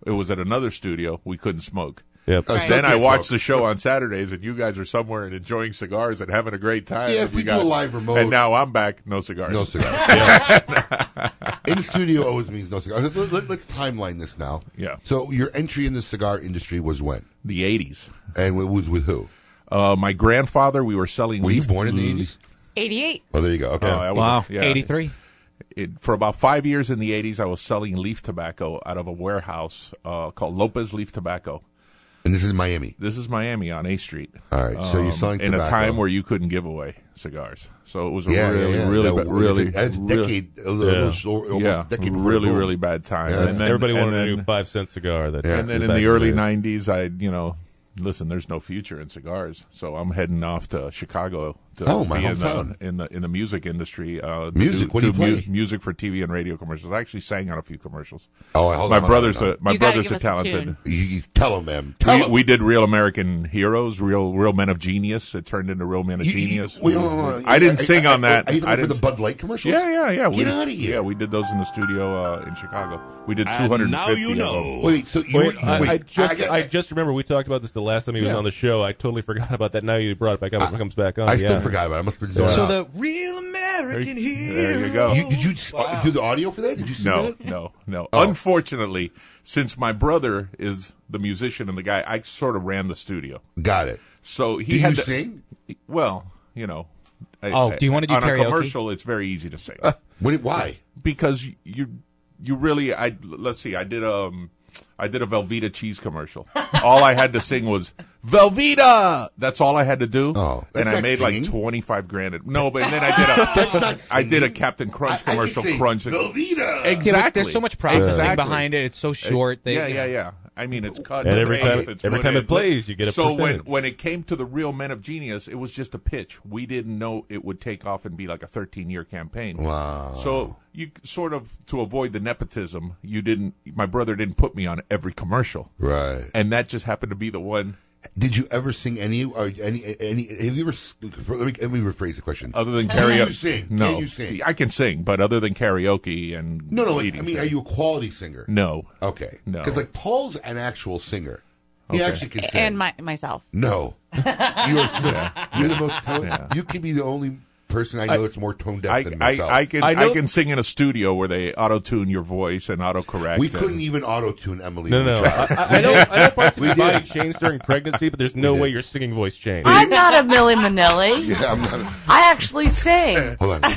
It was at another studio. We couldn't smoke. Yep. Oh, Right. still Then I can't watched smoke. the show on Saturdays, and you guys are somewhere and enjoying cigars and having a great time. Yeah, and if we do a live remote- and now I'm back, no cigars, No cigars. in studio always means no cigar. Let, let, let's timeline this now. Yeah. So your entry in the cigar industry was when? The '80s. And it was with who? Uh, my grandfather. We were selling. Mm-hmm. Were you leaf- born in the eighties? 88. Oh, there you go. Okay. No, I wasn't. Yeah. Wow. 83. It, for about five years in the 80s, I was selling leaf tobacco out of a warehouse uh, called Lopez Leaf Tobacco. And this is Miami. This is Miami on A Street. All right, so you're Um, selling in a tobacco. time where you couldn't give away cigars, so it was a Yeah, yeah, really, yeah. really, That ba- was- really, that's a really- decade, a little- yeah. little short- almost yeah, decade before really, boom. really bad time. Yeah. And then, Everybody and wanted then, a new five cent cigar. That and then in the early '90s, I, you know, listen, there's no future in cigars, so I'm heading off to Chicago to Oh, my be in the, hometown. in the in the music industry. Uh, to Music? do, What do you do play? music for TV and radio commercials. I actually sang on a few commercials. Oh, hold my on, hold on, brother's hold a, on. my You gotta brother's give a us a tune. talented. You, you tell him, man. Tell We, him. we did real American heroes, real real men of genius. It turned into real men of genius. wait, hold on, hold on. I didn't I- sing I- on that. I- I even I remember didn't the s- Bud Light commercials? Yeah, yeah, yeah. Get outta here. Yeah, we did those in the studio uh, in Chicago. We did And 250. now you of them. know. Wait, so you Wait, were- I, wait. I just I got- I, just remember we talked about this the last time he was Yeah. on the show. I totally forgot about that. Now you brought it back up. It comes back on. I still yeah. forgot about it. I must have been zoned So out. the real American hero. There you go. You- did you s- do the audio for that? Did you see no, that? no, no. Oh. Unfortunately, since my brother is the musician and the guy, I sort of ran the studio. Got it. So he Do had you to, sing? Well, you know. I- Oh, I- do you wanna do on karaoke? a commercial? It's very easy to sing. What, Uh, why? because you you really I let's see I did um I did a Velveeta cheese commercial. All I had to sing was Velveeta. That's all I had to do. Oh, that's and I not made singing. like twenty five grand. at- No, but then I did a That's not I did a singing. Captain Crunch I- I commercial. can sing Crunch Velveeta. exactly. Yeah, but there's so much processing Exactly. behind it. It's so short. They, yeah, yeah, yeah. I mean, it's cut. And every it's time- paste, it's every put time in. it plays, you get a So when percentage. when it came to the real Men of Genius, it was just a pitch. We didn't know it would take off and be like a 13 year campaign. Wow. So you sort of to avoid the nepotism, you didn't. My brother didn't put me on every commercial, Right. and that just happened to be the one. Did you ever sing any? Or any? Any? Have you ever? s- Let me, let me rephrase the question. Other than Can karaoke, you sing? no, Can you sing? I can sing, but other than karaoke and No, no. Like, I eating mean, things. are you a quality singer? No, Okay. No. Because like Paul's an actual singer. He Okay. actually can sing. And my, myself. no, you are sick. You're the most. Tone- Yeah. You could be the only person I know that's more tone deaf I, than I, myself. I can I I, know- can sing in a studio where they auto tune your voice and auto correct. we couldn't even auto tune Emily. No, no, no. I, I, I know. I know parts of your body change during pregnancy, but there's no We did. way your singing voice changed. I'm not a Millie Manelli. Yeah, I'm not. A, I actually sing. Hold on.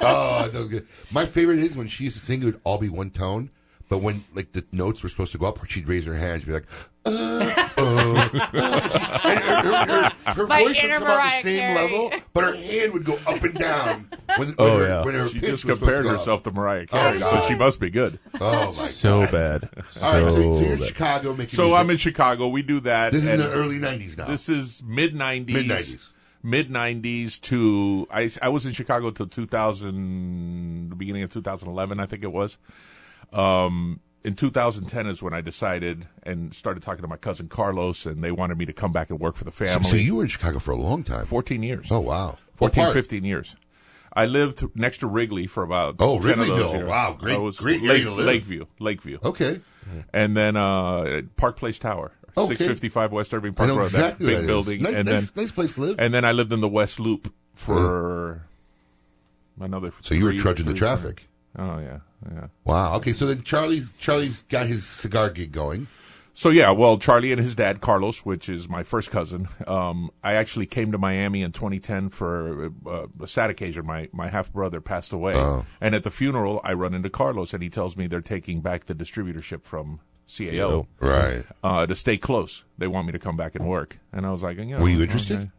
oh, that was good. My favorite is when she used to sing; it would all be one tone. But when like the notes were supposed to go up, she'd raise her hand. She'd be like, uh, her, her My voice inner would come out Mariah the same Carey. level, but her hand would go up and down. When, when Oh, her, yeah. when her She pitch just was supposed compared to go up. herself to Mariah Carey, so Oh, God. she must be good. Oh, my so bad. So All right, so you're in bad. Chicago making So music. I'm in Chicago. We do that. This is in and- the early 90s now. This is mid 90s. Mid 90s. Mid 90s to I, I was in Chicago till 2000, the beginning of 2011, I think it was. Um, in 2010 is when I decided and started talking to my cousin Carlos, and they wanted me to come back and work for the family. so you were in Chicago for a long time. 14 years. Oh, wow. 14, What part? 15 years. I lived next to Wrigley for about Oh, 10 of Wrigleyville. those years. Wow, great- I was great area Lake, to live. Lakeview, Lakeview. Okay. and then uh, Park Place Tower, Okay. six fifty five West Irving I Park know Road, exactly that where big that building, is. Nice- and nice- then nice place to live. And then I lived in the West Loop for another. Uh-huh. So you were three- trudging the three- traffic. Oh yeah, yeah. Wow. Okay, so then Charlie's Charlie's got his cigar gig going. So yeah, well, Charlie and his dad Carlos, which is my first cousin, um, I actually came to Miami in 2010 for uh, a sad occasion. My my half brother passed away, Oh. and at the funeral, I run into Carlos, and he tells me they're taking back the distributorship from CAO, CAO. Right. Uh, to stay close, they want me to come back and work, and I was like, yeah, Were you okay. interested?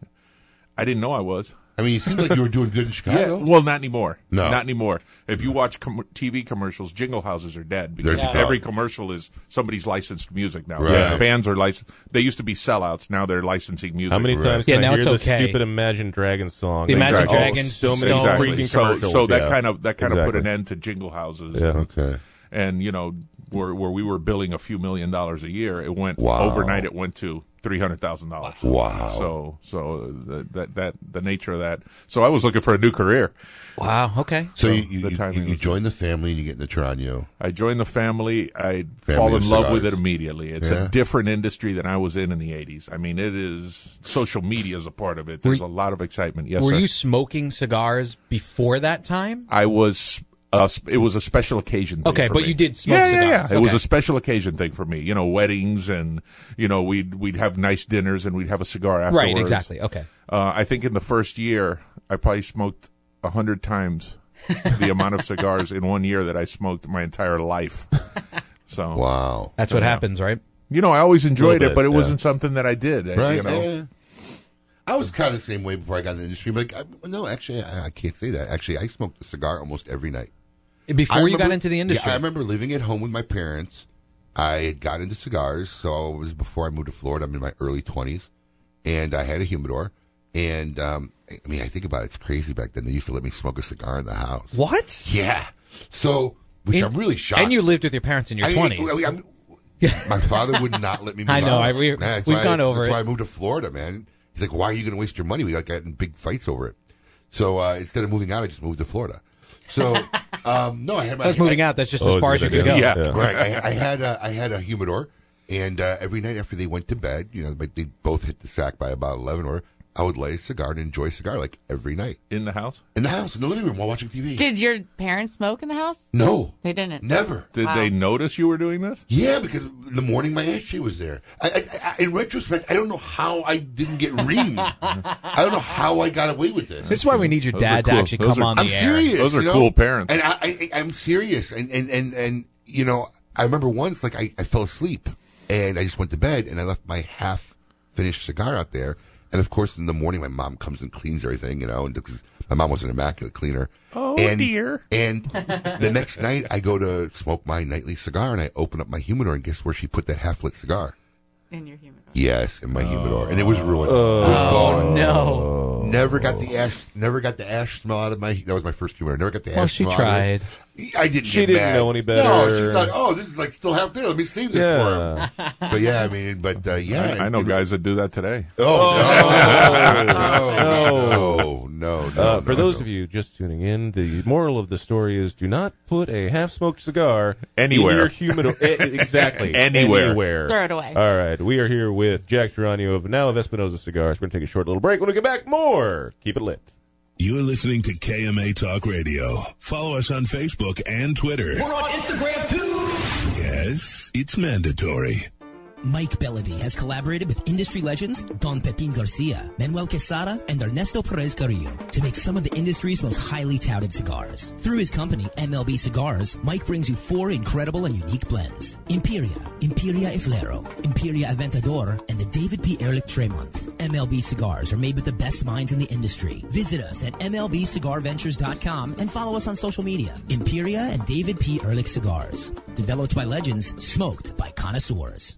I didn't know I was. I mean, it seemed like you were doing good in Chicago. Yeah, well, not anymore. No. not anymore. If you watch com- TV commercials, jingle houses are dead because They're every dead. commercial is somebody's licensed music now. Right. Yeah. Bands are licensed. They used to be sellouts. Now they're licensing music. How many times Yeah, can now I hear it's the okay. stupid Imagine Dragons song? The Imagine Exactly. Dragons, so many Stones. freaking So, commercials. so that yeah. kind of that kind of put Exactly. an end to jingle houses. Yeah. Okay. And you know where where we were billing a few million dollars a year, it went Wow. overnight. It went to three hundred thousand dollars. Wow. So so the, that that the nature of that. So I was looking for a new career. Wow. Oh, Okay. So you, the you, you, timing you was- join the family and you get into Trano. I joined the family. I Family fall in of love with it cigars. immediately. It's Yeah. a different industry than I was in in the '80s. I mean, it is social media is a part of it. There's Were- a lot of excitement. Yes, Were sir. you smoking cigars before that time? I was. Uh, sp- it was a special occasion. Thing Okay, for but me. you did smoke Yeah, yeah, cigars. yeah. It was Okay. a special occasion thing for me. You know, weddings and you know we'd we'd have nice dinners and we'd have a cigar afterwards. Right. Exactly. Okay. Uh, I think in the first year, I probably smoked a hundred times the amount of cigars in one year that I smoked my entire life. So Wow. That's what happens, right? You know, I always enjoyed Little it, bit, but it yeah. wasn't something that I did. uh, Right. You know, yeah. I was kind of the same way before I got in the industry. But like, I, no, actually, I, I can't say that. Actually, I smoked a cigar almost every night. Before I you got remember- into the yeah, industry. I remember living at home with my parents. I had got into cigars, so it was before I moved to Florida. I'm in my early 20s, and I had a humidor. And um, I mean, I think about it, it's crazy back then. They used to let me smoke a cigar in the house. What? Yeah. So, which And- I'm really shocked. And you lived with your parents in your I- twenties. I- I'm- my father would not let me. Move I know, out. I- we- Yeah, that's we've why- gone over that's it. Why I moved to Florida, man. He's like, "Why are you going to waste your money?" We got got in big fights over it. So uh, instead of moving out, I just moved to Florida. So um, no, I had my. That's moving out. That's just Oh, as far as is you it can go. again? Yeah. Right. I, I had a, I had a humidor, and uh, every night after they went to bed, you know, like they both hit the sack by about eleven or. I would light a cigar and enjoy a cigar like every night in the house, in the house in the living room while watching TV. Did your parents smoke in the house? no, They didn't. never. did they notice you were doing this? Yeah, because in the morning my ashtray was there. I, I, I, in retrospect, I don't know how I didn't get reamed. I don't know how I got away with this. This is why we need your Those are dad cool. to actually Those come are- on the I'm air. serious. Those are you know? cool parents. And I, I, I'm serious. And, and, and, and, you know, I remember once, like, I, I fell asleep and I just went to bed and I left my half finished cigar out there. And of course, in the morning, my mom comes and cleans everything, you know, and because my mom was an immaculate cleaner. Oh, and, dear. And the next night, I go to smoke my nightly cigar and I open up my humidor and guess where she put that half lit cigar? In your humidor. Yes, in my humidor, and it Oh. was ruined. it was gone. Oh, No. Never got the ash. Never got the ash smell out of my. That was my first humidor. Never got the Well, ash. she smell out of it. tried. I didn't. She get didn't mad. know any No, better. she thought, oh, this is like still half there. Let me save this Yeah. for him. But yeah, I mean, but uh, yeah, I, I know guys that do that today. Oh. Oh no, no, no. no, Uh, for no, those no. of you just tuning in, the moral of the story is: do not put a half-smoked cigar Anywhere. in your humidor. e- exactly, Anywhere. Anywhere. Throw it away. All right, we are here with Jack Geronio of now of Espinosa Cigars. We're going to take a short little break. When we get back, more. Keep it lit. You're listening to KMA Talk Radio. Follow us on Facebook and Twitter. We're on Instagram too. Yes, it's mandatory. Mike Bellady has collaborated with industry legends Don Pepin Garcia, Manuel Quesada, and Ernesto Perez Carrillo to make some of the industry's most highly touted cigars. Through his company, MLB Cigars, Mike brings you four incredible and unique blends. Imperia, Imperia Islero, Imperia Aventador, and the David P. Ehrlich Tremont. MLB Cigars are made with the best minds in the industry. Visit us at MLBCigarVentures.com and follow us on social media. Imperia and David P. Ehrlich Cigars. Developed by legends, smoked by connoisseurs.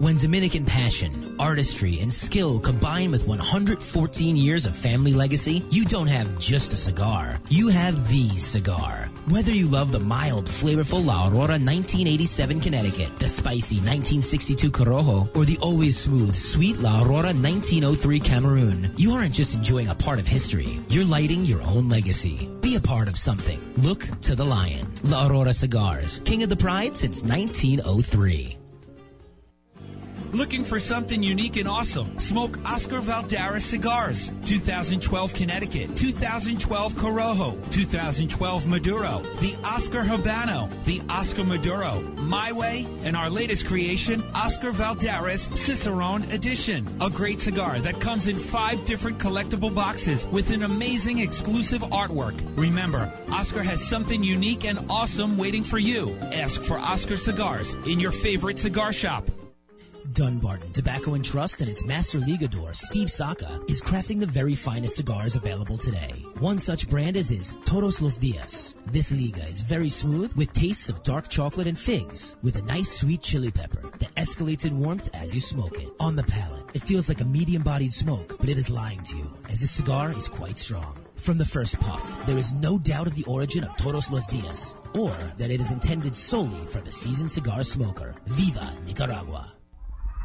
When Dominican passion, artistry, and skill combine with 114 years of family legacy, you don't have just a cigar. You have the cigar. Whether you love the mild, flavorful La Aurora 1987 Connecticut, the spicy 1962 Corojo, or the always smooth, sweet La Aurora 1903 Cameroon, you aren't just enjoying a part of history. You're lighting your own legacy. Be a part of something. Look to the lion. La Aurora Cigars, king of the pride since 1903. Looking for something unique and awesome? Smoke Oscar Valdares cigars. 2012 Connecticut, 2012 Corojo, 2012 Maduro, the Oscar Habano, the Oscar Maduro, My Way, and our latest creation, Oscar Valdares Cicerone Edition. A great cigar that comes in five different collectible boxes with an amazing exclusive artwork. Remember, Oscar has something unique and awesome waiting for you. Ask for Oscar cigars in your favorite cigar shop. Dunbarton Tobacco and Trust and its master ligador, Steve Saka, is crafting the very finest cigars available today. One such brand is his Todos los Dias. This liga is very smooth with tastes of dark chocolate and figs, with a nice sweet chili pepper that escalates in warmth as you smoke it. On the palate, it feels like a medium-bodied smoke, but it is lying to you, as this cigar is quite strong. From the first puff, there is no doubt of the origin of Todos los Dias, or that it is intended solely for the seasoned cigar smoker. Viva Nicaragua!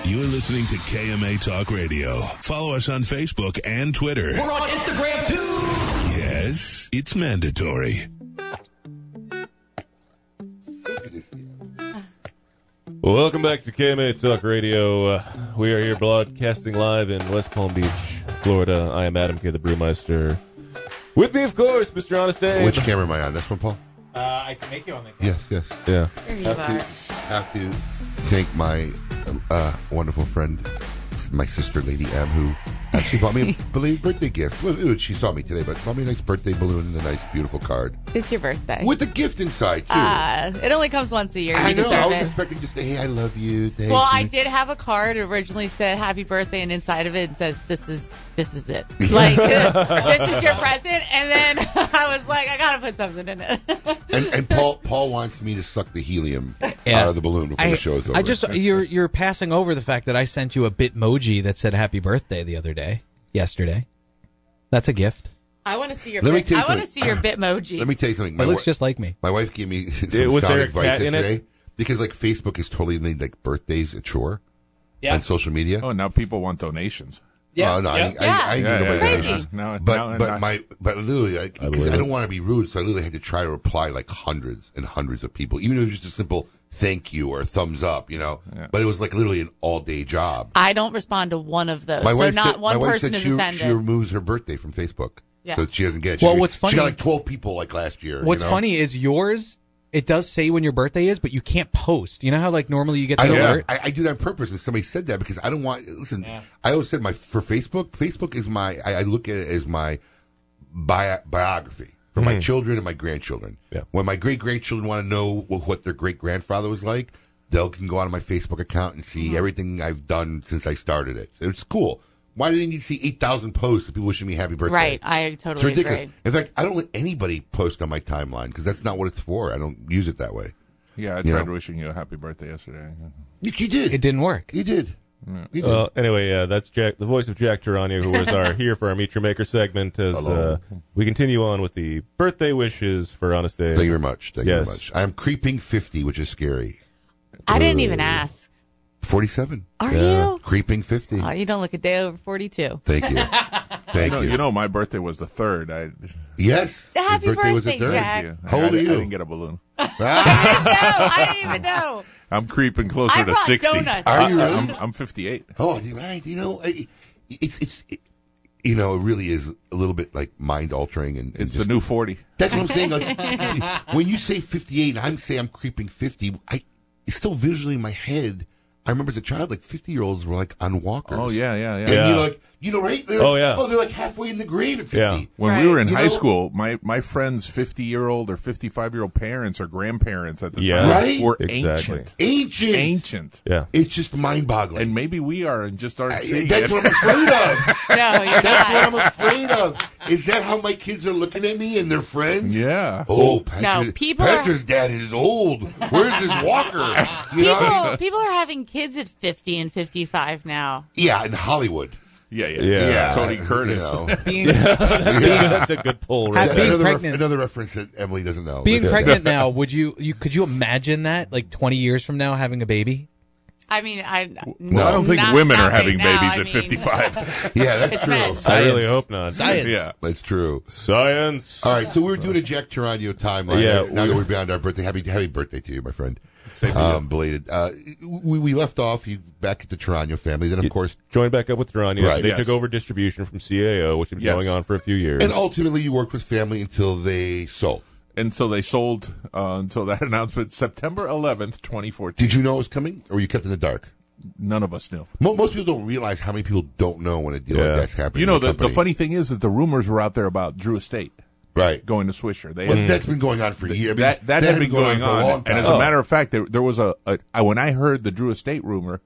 You're listening to KMA Talk Radio. Follow us on Facebook and Twitter. We're on Instagram too. Yes, it's mandatory. Welcome back to KMA Talk Radio. Uh, we are here broadcasting live in West Palm Beach, Florida. I am Adam K. the Brewmeister. With me, of course, Mr. Honest Abe. Which camera am I on? This one, Paul? Uh, I can make you on the Yes, yes. Yeah. There you have, to, have to thank my uh, wonderful friend, my sister, Lady M, who actually bought me a bel- birthday gift. Well, ooh, She saw me today, but bought me a nice birthday balloon and a nice, beautiful card. It's your birthday. With a gift inside, too. Uh, it only comes once a year. You I know. I deserve was it. expecting just a, hey, I love you. thanks," Well, I and- did have a card originally said happy birthday, and inside of it says this is this this is it. Like, this is your present. And then I was like, I got to put something in it. And, and Paul Paul wants me to suck the helium out of the balloon before the show is over. I just you're you're passing over the fact that I sent you a bitmoji that said "Happy Birthday" the other day, yesterday. That's a gift. I want to see your Let me bit, tell you I want to see something. your Bitmoji. Let me tell you something. It wi- looks just like me. My wife gave me some Dude, was sound there a advice cat in it? yesterday because like Facebook is totally made like birthdays a chore Yeah. on social media. Oh, now people want donations. Yeah. Oh, Uh, no, I, I, I, ain't Yeah, giving yeah, nobody yeah. donations. No, but no, but no. my but literally, I, 'cause believe I don't it. want to be rude, so I literally had to try to reply like hundreds and hundreds of people, even if it was just a simple thank you or a thumbs up, you know. But it was like literally an all day job. I don't respond to one of those. my so wife not said, one my wife person said is she, offended. she removes her birthday from Facebook, Yeah. so she doesn't get. It. She Well, got- what's funny- She got like twelve people like last year. you What's know? funny is yours. It does say when your birthday is, but you can't post. You know how like normally you get the I, don't- alert. I, I do that on purpose, and somebody said that because I don't want. Listen, I always said my for Facebook. Facebook is my. I, I look at it as my bi- biography for my Mhm. children and my grandchildren. When my great grandchildren want to know wh- what their great grandfather was like, they can go on my Facebook account and Hmm. see everything I've done since I started it. It's cool. Why do they need to see eight thousand posts of people wishing me happy birthday? Right, I It's totally ridiculous. agree. In fact, I don't let anybody post on my timeline because that's not what it's for. I don't use it that way. Yeah, I You tried know? wishing you a happy birthday yesterday. You, did. It didn't work. You did. You did. Well, anyway, yeah, that's Jack, the voice of Jack Tarania, who was our here for our Meet Your Maker segment. As uh, Hello. we continue on with the birthday wishes for Honest Dave. Thank you very much. Thank you Yes. very much. I'm creeping 50, which is scary. I didn't even Oh. ask. 47. Are Yeah. you? Creeping 50. Oh, you don't look a day over 42. Thank you. Thank you. Know, you. you know, my birthday was the third. I Yes. Happy His birthday, was the third. Jack. Thank you. How I- old are I, you? I didn't get a balloon. I didn't even know. I'm creeping closer I to brought 60. donuts. Are you I- really? I'm, I'm 58. Oh, you- right. You know, I- it's, it's, it, you know, it really is a little bit like mind altering and, It's the new 40. That's what I'm saying. Like, when you say 58 and I'm say I'm creeping 50, I, it's still visually in my head. I remember as a child, like 50 year olds were like on walkers. Oh, yeah, yeah, yeah. And Yeah. you're like, you know, right? They're Oh, like, yeah. Oh, they're like halfway in the grave at 50. Yeah. When we Right. were in You high know? school, my, my friend's 50 year old or 55 year old parents or grandparents at the Yeah. time Right? were Exactly. ancient. Ancient. Ancient. Yeah. It's just mind boggling. And maybe we are and just aren't seeing That's it. what I'm afraid of. No, you're That's not. what I'm afraid of. Is that how my kids are looking at me and their friends? Yeah. Oh, Patrick, No, people are- Patrick's dad is old. Where's his walker? You know? People, people are having kids at 50 and 55 now. Yeah, in Hollywood. Yeah, yeah, Yeah. Tony Curtis. You know. Being- that's, a, that's a good poll, right? Happy- there. Being another, ref- pregnant- another reference that Emily doesn't know. Being But- uh, pregnant now, would you you could you imagine that like 20 years from now having a baby? I mean, I Well, I don't think not- women not are having right now, babies I at mean. 55. Yeah, that's true. I really hope not. Science. Yeah. That's true. Science. All right, so we were doing a Jack Tarano timeline. Yeah, Yeah, now we- that we're beyond our birthday, happy happy birthday to you, my friend. Same to um, belated. Uh, we, we left off you back at the Tarano family. Then of course, Joined back up with Tarania. Right. They Yes. took over distribution from CAO, which had been Yes. going on for a few years. and ultimately you worked with family until they sold. And so they sold uh, until that announcement, September 11th, 2014. Did you know it was coming, or were you kept in the dark? None of us knew. Mo- most people don't realize how many people don't know when a deal like that's happening. You know, in the, the company. funny thing is that the rumors were out there about Drew Estate. Right. Going to Swisher. They Well, had- that's been going on for years. I mean, that, that, had been going, for on. a long And as time. a matter of fact, there, there was a, a I, when I heard the Drew Estate rumor,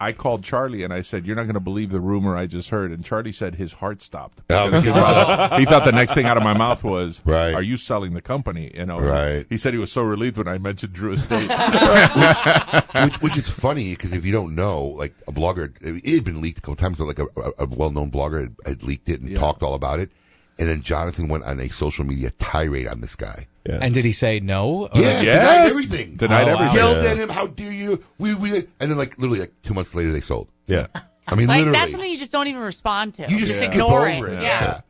I called Charlie and I said, "You're not going to believe the rumor I just heard." And Charlie said his heart stopped. Oh, Because he, God. thought, he thought the next thing out of my mouth was, Right. "Are you selling the company?" You know. Right. He said he was so relieved when I mentioned Drew Estate. which, which is funny because if you don't know, like a blogger, it had been leaked a couple times, but like a, a- a well-known blogger had, had leaked it and talked all about it. And then Jonathan went on a social media tirade on this guy. Yeah. And did he say no? Or- Yeah, denied Oh, Yes. everything. Denied Oh, wow. everything. Yelled Yeah. at him, "How dare you? We we!" And then like literally like two months later, they sold. Yeah, I mean Like, literally. that's something you just don't even respond to. You just skip ignore over it. it. Yeah.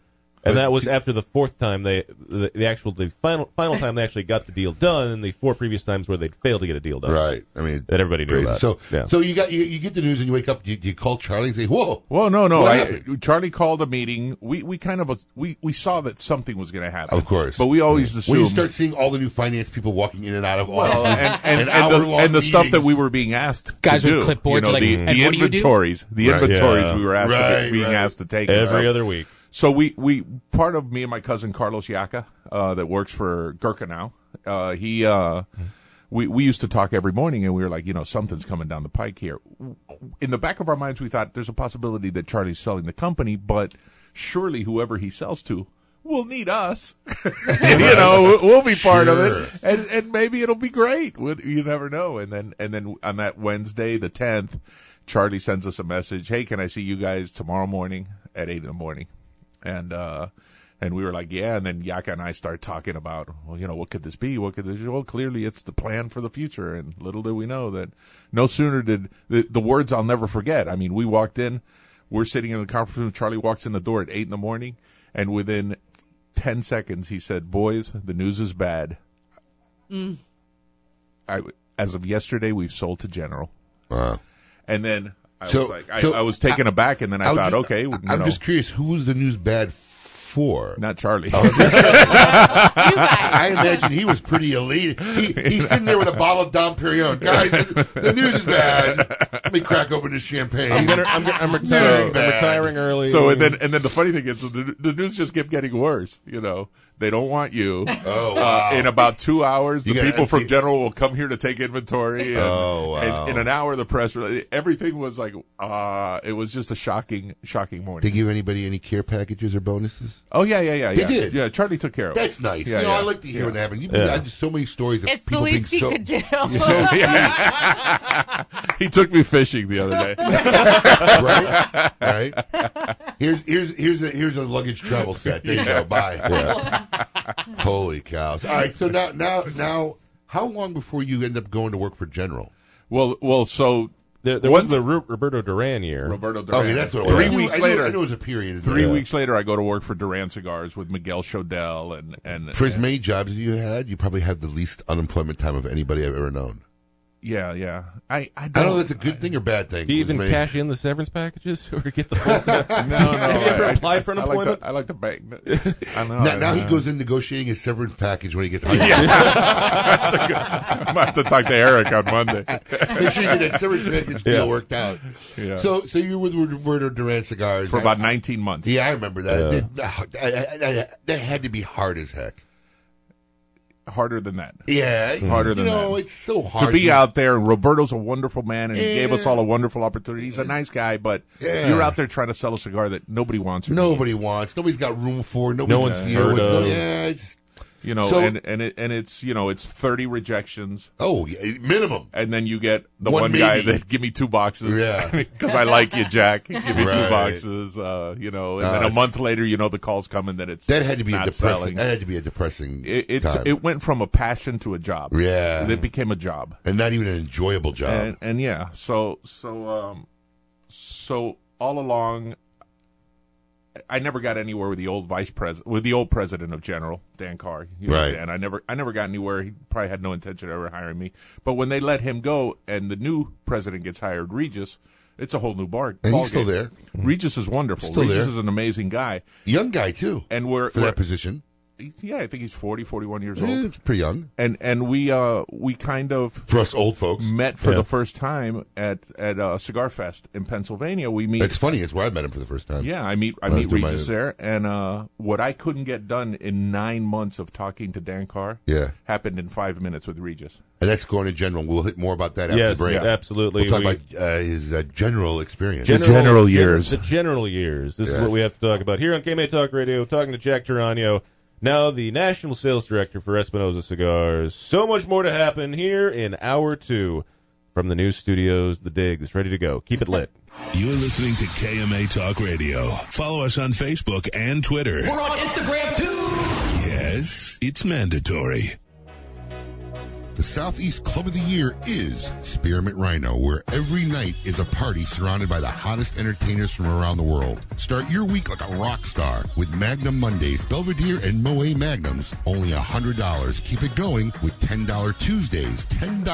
And that was after the fourth time they, the, the actual, the final, final time they actually got the deal done, and the four previous times where they'd failed to get a deal done. Right. I mean, that everybody knew Crazy. about. So, yeah. so you got you, you get the news and you wake up. You, you call Charlie and say, "Whoa, Well, no, no. what I, happened?" Charlie called a meeting. We we kind of was- we we saw that something was going to happen. Of course. but we always assume when you start seeing all the new finance people walking in and out of all Well, and, and, and, the, hour-long and the stuff that meetings. we were being asked Guys to with do, clipboards, you know, like, the, "And the what do you do?" inventories, the Right. inventories Yeah. we were asked to, Right, being right. asked to take and Every stuff. other week. So we we part of me and my cousin Carlos Yaca, uh, that works for Gurkha now. Uh, he uh, we, we used to talk every morning and we were like, you know, something's coming down the pike here. In the back of our minds, we thought there's a possibility that Charlie's selling the company, but surely whoever he sells to will need us. you know, we'll be part of it, and and maybe it'll be great. We- You never know. And then and then on that Wednesday, the tenth, Charlie sends us a message. Hey, can I see you guys tomorrow morning at eight in the morning? And uh, and we were like, yeah. And then Yaka and I start talking about, well, you know, what could this be? What could this? be? Well, clearly it's the plan for the future. And little did we know that no sooner did the, the words I'll never forget. I mean, we walked in. We're sitting in the conference room. Charlie walks in the door at eight in the morning, and within 10 seconds he said boys the news is bad Mm. I, as of yesterday we've sold to general and then i So- was like I, so I was taken I- aback and then i I'll thought ju- okay well, you I'm know, just curious, who was the news bad for? Oh. Not Charlie. I imagine he was pretty elite. He, he's sitting there with a bottle of Dom Perignon. Guys, the news is bad. Let me crack open this champagne. I'm gonna- I'm gonna- I'm retiring- I'm retiring early. so and then and then the funny thing is the, the news just kept getting worse you know they don't want you Uh, Oh, wow. in about two hours You the gotta- people from general will come here to take inventory and, Oh, wow. and in an hour the press release- everything was like uh it was just a shocking shocking morning Did they give anybody any care packages or bonuses? Oh yeah, yeah, yeah. They yeah. did. Yeah, Charlie took care of That's it. nice. Yeah, you know, yeah. I like to hear Yeah. what happened. You, Yeah. I just so many stories of It's the people least he being so, could do. so- he took me fishing the other day. right? Right? Here's here's here's a here's a luggage travel set. There you go. Bye. Holy cows! All right. So now now now, how long before you end up going to work for General? Well, well, so there, there was the Ru- Roberto Duran year. Roberto Oh, Duran. yeah, that's what it was. Three I knew- weeks I knew- later, I knew it was a period in Three there. weeks later, I go to work for Duran Cigars with Miguel Chodell and and For as many jobs as you had, you probably had the least unemployment time of anybody I've ever known. Yeah, yeah. I I I don't know don't- if that's a good thing or bad thing. Do you even It was me. cash in the severance packages or get the full? no, no. Have you ever I- I- applied for I like unemployment? to- I like to bank. I know. now, I now he know. goes in negotiating his severance package when he gets hired. Yeah. That's a good- I'm about to talk to Eric on Monday. Make sure you get that severance package deal Yeah. worked out. Yeah. So, so you're with Roberto Duran Cigars For about I- 19 months. Yeah, I remember that. Yeah. That- I- I- I- that had to be hard as heck. harder than that. Yeah, Hmm. harder you than know, that. it's so hard. to be out there. And Roberto's a wonderful man, and he gave us Yeah. all a wonderful opportunity. He's a nice guy, but Yeah. you're out there trying to sell a cigar that nobody wants. Or Nobody wants. Nobody's got room for. Nobody No can one's deal heard with. no- of. yeah, it's, You know, So- and and it, and it's you know it's thirty rejections. Oh, yeah, minimum. And then you get the One one, guy maybe. that give me two boxes. Yeah. because I like you, Jack. Give me Right. two boxes. Uh, you know, and Uh, then a it's- month later, you know, the call's coming that it's that had to be a not depressing. selling. That had to be a depressing. It it, time. it went from a passion to a job. Yeah. it became a job. and not even an enjoyable job. And, and yeah, so so um, so all along, I never got anywhere with the old vice president, with the old president of General Dan Carr. Right. And I never, I never got anywhere. He probably had no intention of ever hiring me. But when they let him go, and the new president gets hired, Regis, it's a whole new bar. And ball he's still game. there. Regis is wonderful. Still Regis there. is an amazing guy, young guy too. and we're for we're- that position, Yeah, I think he's 40, 41 years Eh, old it's pretty young. and and we uh we kind of for us old folks met for Yeah. the first time at at uh, Cigar Fest in Pennsylvania. We meet. It's funny. It's where I met him for the first time. Yeah, I meet I When meet was doing Regis my- there, and uh, what I couldn't get done in nine months of talking to Dan Carr, Yeah. happened in five minutes with Regis. And that's going to general. We'll hit more about that after Yes, the break. yeah, absolutely. We'll talk We- about uh, his uh, general experience. gen- The general years. This is Yeah. what we have to talk about here on KMA Talk Radio. Talking to Jack Tarano, now the national sales director for Espinosa Cigars. So much more to happen here in hour two from the new studios. The digs ready to go. Keep it lit. You're listening to KMA Talk Radio. Follow us on Facebook and Twitter. We're on Instagram too. Yes, it's mandatory. The Southeast Club of the Year is Spearmint Rhino, where every night is a party surrounded by the hottest entertainers from around the world. Start your week like a rock star with Magnum Mondays, Belvedere, and Moe Magnums. Only $100. Keep it going with $10 Tuesdays, $10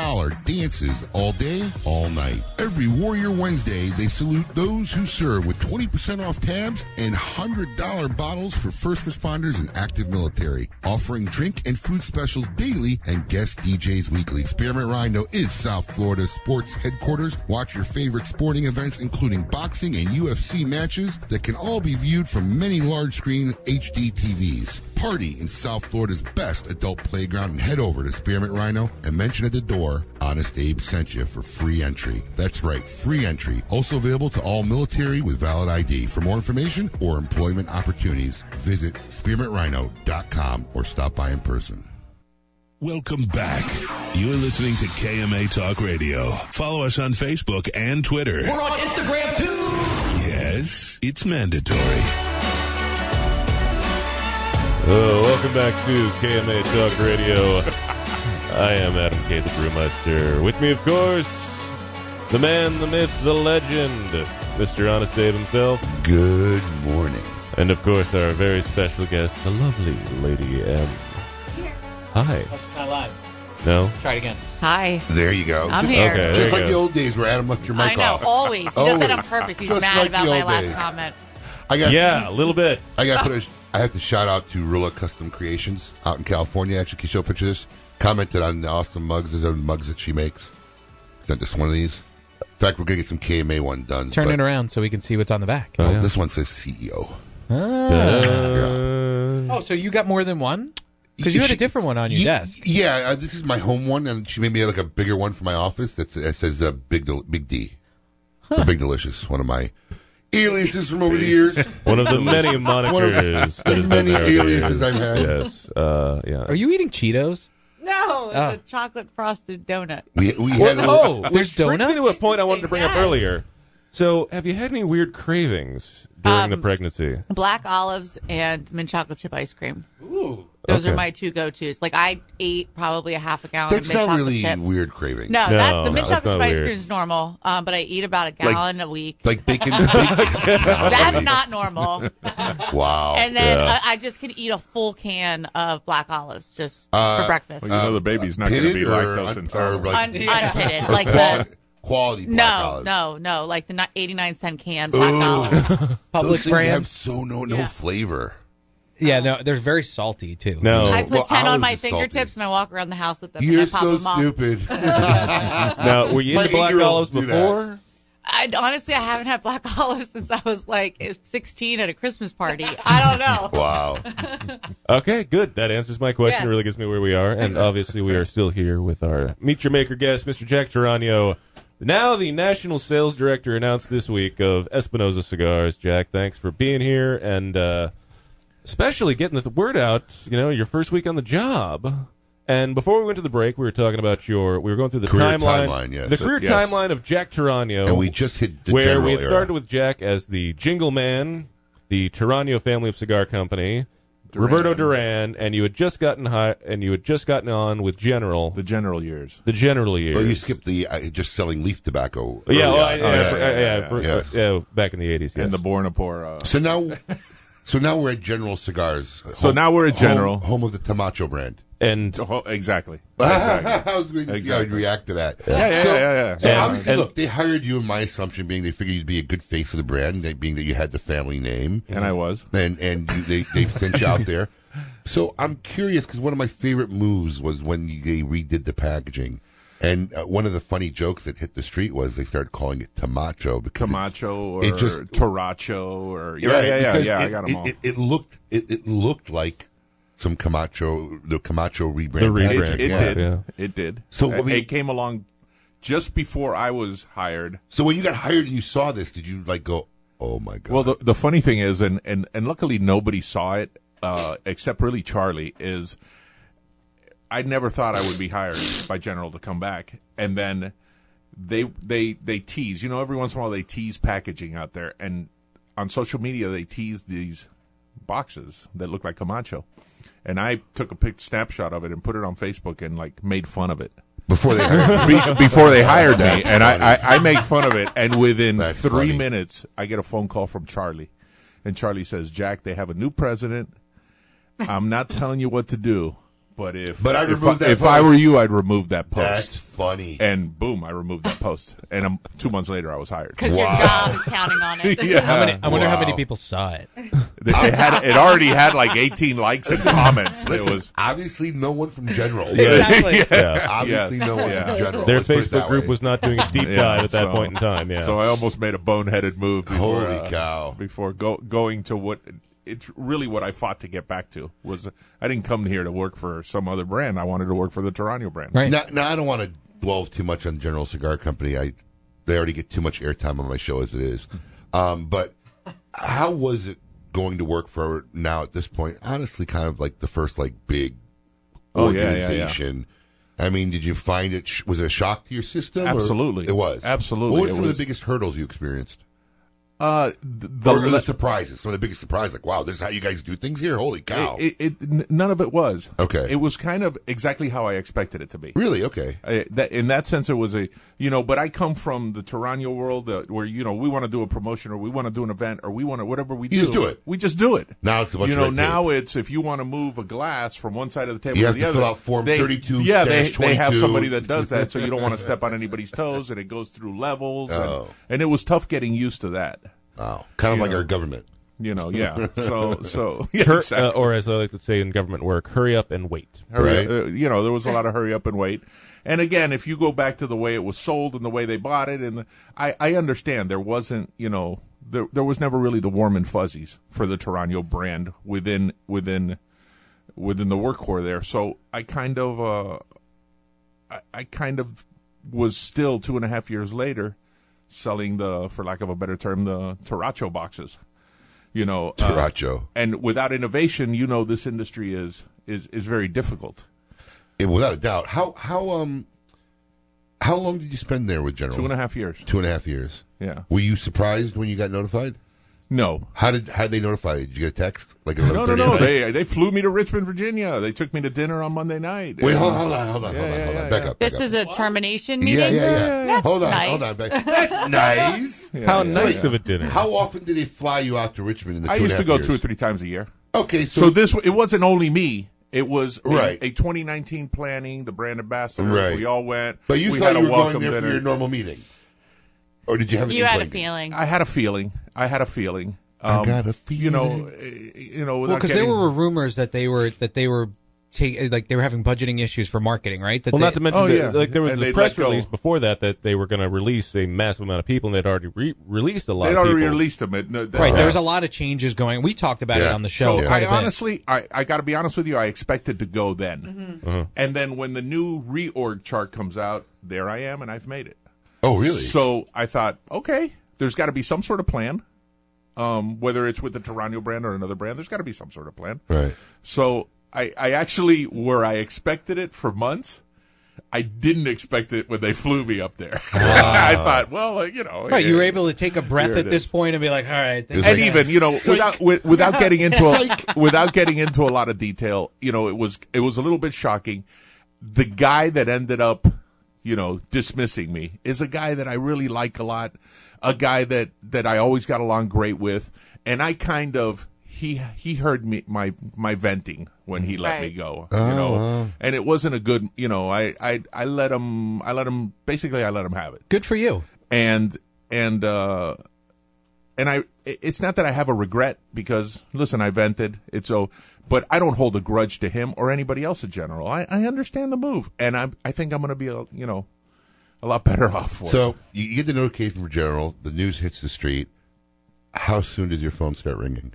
dances all day, all night. Every Warrior Wednesday, they salute those who serve with 20% off tabs and $100 bottles for first responders and active military, offering drink and food specials daily and guest DJs Days Weekly. Spearmint Rhino is South Florida's sports headquarters. Watch your favorite sporting events, including boxing and UFC matches that can all be viewed from many large screen HD TVs. Party in South Florida's best adult playground and head over to Spearmint Rhino and mention at the door, Honest Abe sent you for free entry. That's right, free entry. Also available to all military with valid ID. For more information or employment opportunities, visit spearmintrhino.com or stop by in person. Welcome back. You're listening to KMA Talk Radio. Follow us on Facebook and Twitter. We're on Instagram too. Yes, it's mandatory. Oh, welcome back to KMA Talk Radio. I am Adam K. the Brewmeister. With me, of course, the man, the myth, the legend, Mr. Honest Dave himself. Good morning. And of course, our very special guest, the lovely Lady M. Hi. It's not live. No? Try it again. Hi. There you go. I'm here. Okay, there Just you like go. the old days where Adam left your mic I know, off. always. He does that on Always. purpose. He's Just mad like about the my old last days. comment. I got yeah, a little bit. I got to put. A, I have to shout out to Rilla Custom Creations out in California. Actually, can you show a picture of this? Commented on the awesome mugs. These are mugs that she makes. Sent us one of these. In fact, we're gonna get some KMA one done. Turn but- it around so we can see what's on the back. Ah. Oh, This one says CEO. Ah. oh, so you got more than one? Because you had a different one on your Ye- desk. Yeah, uh, this is my home one, and she made me like a bigger one for my office. That's that says uh, big Del- big D, The big delicious. One of my aliases from over the years. One of the many One of- monikers that has many been there. over the aliases I've years. had. Yes. Uh, yeah. Are you eating Cheetos? No, it's Ah. a chocolate frosted donut. We, we Well, had a- oh, there's which brings me donuts? to a point I wanted to bring up Yes. earlier. So, have you had any weird cravings during the Um, pregnancy? Black olives and mint chocolate chip ice cream. Ooh. Those Okay. are my two go tos. Like I ate probably a half a gallon That's of mint not chocolate really chip. weird craving. No, that, the mint that's chocolate chip not ice weird. cream is normal, um, but I eat about a Like- gallon a week. Like bacon. bacon. That's not normal. Wow. and then uh, I just can eat a full can of black olives just for breakfast. Well, you know the baby's not gonna pitted be Uh, or lactose un- intolerant. or like- Un- unpitted, or like quali- the- quality black no, olives. no, no. Like the ni- 89 cent can black Ooh. olive. Public Those things brand? have so no no Yeah. flavor. Yeah, no, they're very salty too. No. I put Well, 10 on olives my is salty. fingertips and I walk around the house with them You're and I pop so them off. stupid. Now, were you My into black eight-year-olds olives do that. before? I, honestly, I haven't had black olives since I was like 16 at a Christmas party. I don't know. Wow. Okay, good. That answers my question. Yes. It really gets me where we are. And obviously, we are still here with our Meet Your Maker guest, Mr. Jack Tarano. Now, the national sales director announced this week of Espinosa Cigars. Jack, thanks for being here and uh, especially getting the word out, you know, your first week on the job. And before we went to the break, we were talking about your, we were going through the Career timeline, timeline, yes. the career Yes. timeline of Jack Tarano. And we just hit the where general we had era. started with Jack as the Jingle Man, the Tarano family of cigar company, Roberto Duran, and you had just gotten high, and you had just gotten on with General, the General years, the General years. Well, you skipped the uh, just selling leaf tobacco. early yeah, oh, well, on. I- Oh, yeah, Okay. for- yeah, yeah, for- Yes. yeah, back in the eighties, yes. and the born a poor. Uh, So now, so now we're at General Cigars. So now we're at General. home, home of the Tamacho brand. and oh, exactly. I was going to see how you'd Exactly. react to that. Yeah, yeah, so, yeah, yeah, yeah. So And- obviously, and- look, they hired you. And my assumption being they figured you'd be a good face of the brand, that being that you had the family name, And I was. and and you, they they sent you out there. So I'm curious because one of my favorite moves was when you, they redid the packaging. And uh, one of the funny jokes that hit the street was they started calling it Tamacho because it- Camacho or it just- Toracho or yeah, Right, yeah, yeah, because yeah. I it- got it, them all. It, it looked it, it looked like some Camacho the Camacho rebrand. The rebrand, it packaging. did. yeah. It did. So, I it, mean- it came along just before I was hired. So when you got hired and you saw this, did you like go, "Oh my god"? Well, the, the funny thing is, and, and, and luckily nobody saw it uh, except really Charlie, is I never thought I would be hired by General to come back. And then they they they tease, you know, every once in a while they tease packaging out there. And on social media, they tease these boxes that look like Camacho. And I took a pic snapshot of it and put it on Facebook and like made fun of it. before they hired Be- you? before they hired me, That's and funny. I, I, I make fun of it. And within That's three funny. minutes, I get a phone call from Charlie, and Charlie says, "Jack, they have a new president. I'm not telling you what to do, But if But I if, removed that if I were post. you, I'd remove that post. That's funny. And boom, I removed that post. And um, two months later, I was hired 'Cause your Wow. job is counting on it. yeah. How many- I wonder how many Wow. people saw it. They- they had- it already had like 18 likes and comments. It Listen, was- obviously no one from General. Yeah. Exactly. Yeah. Yeah. Obviously Yes. no one Yeah. from General. Their Let's put it Facebook that group way. was not doing its deep Yeah, dive at that so- point in time. Yeah. So I almost made a boneheaded move. Before, Holy uh, Before go, going to what it's really what I fought to get back to was I didn't come here to work for some other brand. I wanted to work for the Tarano brand. Now, now I don't want to dwell too much on General Cigar Company. I they already get too much airtime on my show as it is. Um, but how was it going to work for now at this point? Honestly, kind of like the first like big Oh, yeah, yeah, yeah. organization. I mean, did you find it? sh- Was it a shock to your system? or- Absolutely. it was. Absolutely, What were it some of was. the biggest hurdles you experienced? Uh, the, or the surprises. Some of the biggest surprises, like wow, this is how you guys do things here. Holy cow! It, it, it- n- none of it was. Okay. It was kind of exactly how I expected it to be. Really? Okay. I, that, in that sense, it was a you know. But I come from the Tarano world uh, where you know we want to do a promotion or we want to do an event or we want to whatever we You do. just do it. We just do it. Now it's a bunch you of know red now it's if you want to move a glass from one side of the table You to have the to other fill out form they- 32 yeah they, they have 22. somebody that does that so you don't want to step on anybody's toes and it goes through levels and- Oh. and, it was tough getting used to that wow kind of You like know. our government. you know yeah so so yeah, Hur- exactly. uh, or as I like to say in government work, hurry up and wait. Hurry up, uh, you know, there was a lot of hurry up and wait. And again, if you go back to the way it was sold and the way they bought it, and the, I, I understand there wasn't, you know, there there was never really the warm and fuzzies for the Tarano brand within within within the work core there. So I kind of uh, I, I kind of was still two and a half years later selling the, for lack of a better term, the Taracho boxes. You know, uh, Taracho. and without innovation, you know, this industry is is is very difficult. Yeah, without a doubt. How how um how long did you spend there with General? Two and a half years. Two and a half years. Yeah. Were you surprised when you got notified? No. How did how did they notify you? Did you get a text? Like at No, no, 11:30 no. at night? They they flew me to Richmond, Virginia. They took me to dinner on Monday night. Wait, hold on, hold on, hold on, Yeah, hold on, yeah, hold on. yeah, back yeah. up. This is a termination meeting. Yeah, yeah, yeah. That's hold on, nice. hold on. Back. That's nice. Yeah, How yeah, nice yeah. of a dinner. How often did they fly you out to Richmond in the I two and a used to half go years? two or three times a year. Okay, so, So, this it wasn't only me. It was a- Right. a, 2019 planning, the brand ambassadors. Right. We all went. But you we thought had you were a going welcome there for dinner. your normal meeting, or did you have? An You had a inkling? feeling. I had a feeling. I had a feeling. Um, I got a You know, eh, you know, Well, without because there getting- were rumors that they were that they were take, like they were having budgeting issues for marketing, right? That well, they, not to mention, that, like there Oh, was And a they'd press let go. release before that that they were going to release a massive amount of people, and they'd already re- released a lot. They'd of already people. released them. It- no, that- right. yeah. There was a lot of changes going. We talked about it on the show. So quite I a bit. honestly, I, I got to be honest with you, I expected to go Mm-hmm. then. Uh-huh. Mm-hmm. And then when the new reorg chart comes out, there I am and I've made it. Oh, really? So I thought, okay, there's got to be some sort of plan. Um, whether it's with the Tarano brand or another brand, there's got to be some sort of plan. Right. So I, I actually, where I expected it for months, I didn't expect it when they flew me up there. I thought, well, uh, you know, Right, you were eh, able to take a breath Here at it this is. point and be like, all right. thank and you. even you know without wi- without getting into a, without getting into a lot of detail you know it was it was a little bit shocking the guy that ended up you know dismissing me is a guy that i really like a lot a guy that that i always got along great with and i kind of he he heard me my my venting when he let me Right. go Oh, you wow. know and it wasn't a good you know i i i let him i let him basically i let him have it good for you and and uh and I it's not that I have a regret because listen, I vented. It's so, but I don't hold a grudge to him or anybody else in general. I, I understand the move, and I I think I'm going to be a, you know a lot better off for it. So you you get the notification from General. The news hits the street. How soon does your phone start ringing?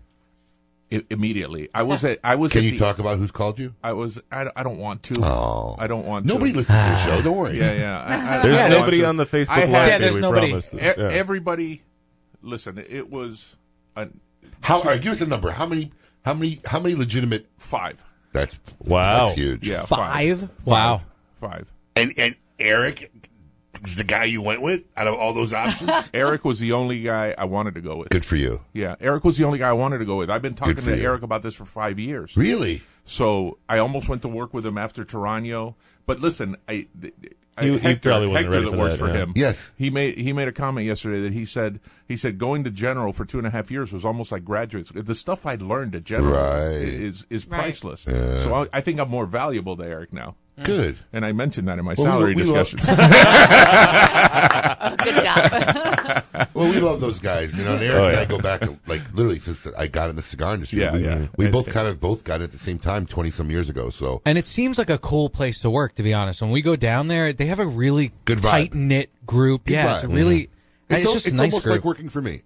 I- immediately. I was at I was. Can at you the- talk about who's called you? I was. I, I don't want to. Oh. I don't want. Nobody to. listens to the show. Don't worry. Ah. Yeah, yeah. I- I- There's I don't nobody want to. on the Facebook I Live had- Yeah, there's feed, we nobody. promised. E- Yeah. Everybody, listen. It was. An, How? All right, give us a number. How many? How many? How many legitimate? Five. That's Wow. That's huge. Yeah, Five? Wow. Five. And and Eric, is the guy you went with out of all those options. Eric was the only guy I wanted to go with. Good for you. Yeah, Eric was the only guy I wanted to go with. I've been talking for to you. Eric about this for five years. Really? So I almost went to work with him after Tarano. But listen, I th- th- He- he Hector, probably wasn't Hector ready that for works that, for yeah. him. Yes, he made he made a comment yesterday that he said he said going to general for two and a half years was almost like graduates. The stuff I'd learned at general Right. is is Right. priceless. Yeah. Mm. So I, I think I'm more valuable to Eric now. Good. And I mentioned that in my Well, we lo- salary we lo- discussions. Good job. well, we love those guys, you know. And Eric Oh, and yeah. I go back, to, like literally, since I got in the cigar industry. Yeah, we, yeah. we both kind of both got it at the same time, twenty some years ago. So And it seems like a cool place to work, to be honest. When we go down there, they have a really Good vibe. tight knit group. Good yeah, it's vibe. Mm-hmm. a really. It's, it's, al- just a it's nice almost group. like working for me.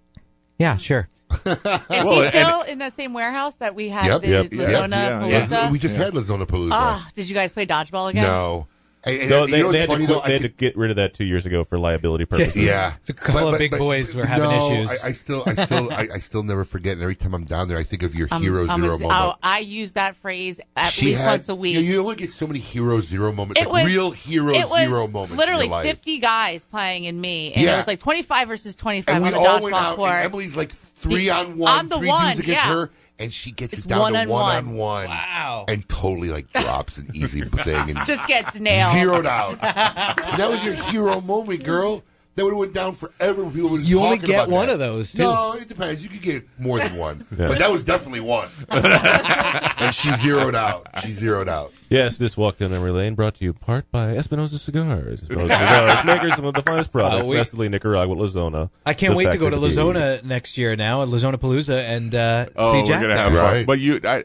Yeah, sure. Is Well, he and- still in the same warehouse that we had in Lizona, Palooza? We just had Lazona Palooza. Ah, did you guys play dodgeball again? And- and no, you they, know what's they, had to, funny, quit- though? I they had to get rid of that two years ago for liability purposes. Yeah, But- but- but- no, I, I still, I still, I, I still never forget. And every time I'm down there, I think of your Um, hero um, zero is- moment. Oh, I use that phrase at She least had- once a week. You, you only get so many hero zero moments, It like was- real hero it was zero moments. Literally in your life. 50 guys playing in me, and Yeah. it was like 25 versus 25 And we on the all went dodgeball out, court. and Emily's like three The- on one, I'm the three one, dudes against yeah. her, and she gets It's it down one to on one one. on one. Wow! And totally like drops an easy thing and Just gets nailed. zeroed out. that was your hero moment, girl. That would have went down forever. If people would've been You only talking get about one that. of those, too. No, it depends. You could get more than one, Yeah. but that was definitely one. and she zeroed out. She zeroed out. Yes, this walk down memory lane brought to you in part by Espinosa Cigars. Espinosa Cigars, makers of some of the finest products, Uh, we- Westerly, Nicaragua, Lozona. I can't The wait to go to factory. Lozona next year now, at Lozona Palooza, and uh, Oh, see Jack. Oh, gonna there. But you, I,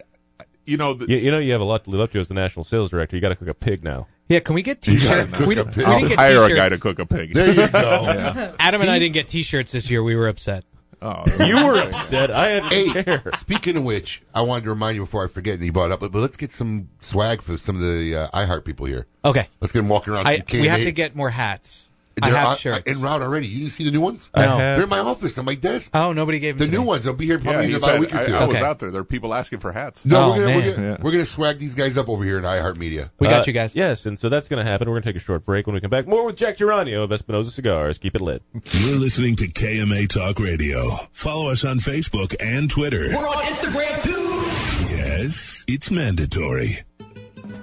you know, you, you know, you have a lot to live up to as the national sales director. You got to cook a pig now. Yeah, can we get You gotta t-shirts? cook We, a we pig. didn't I'll get hire a t-shirts. guy to cook a pig. There you go. Yeah. Adam and I See? didn't get t-shirts this year. We were upset. Oh, You were upset. I had Hey, speaking of which, I wanted to remind you before I forget, and you brought it up, but, but let's get some swag for some of the uh, iHeart people here. Okay. Let's get them walking around. I, some we have K&A. to get more hats. I They're have on- shirts. in route already. You didn't see the new ones? I No. have- They're in my office on my desk. Oh, nobody gave the new ones. They'll be here Yeah, probably he in about a said- week or I- two. Oh, I, was out there. There are people asking for hats. Oh, No, we're gonna, we're, gonna, we're gonna swag these guys up over here in iHeartMedia. Uh, Yes, and so that's going to happen. We're going to take a short break. When we come back, more with Jack Geronio of Espinosa Cigars. Keep it lit. You're listening to KMA Talk Radio. Follow us on Facebook and Twitter. We're on Instagram too. Yes, it's mandatory.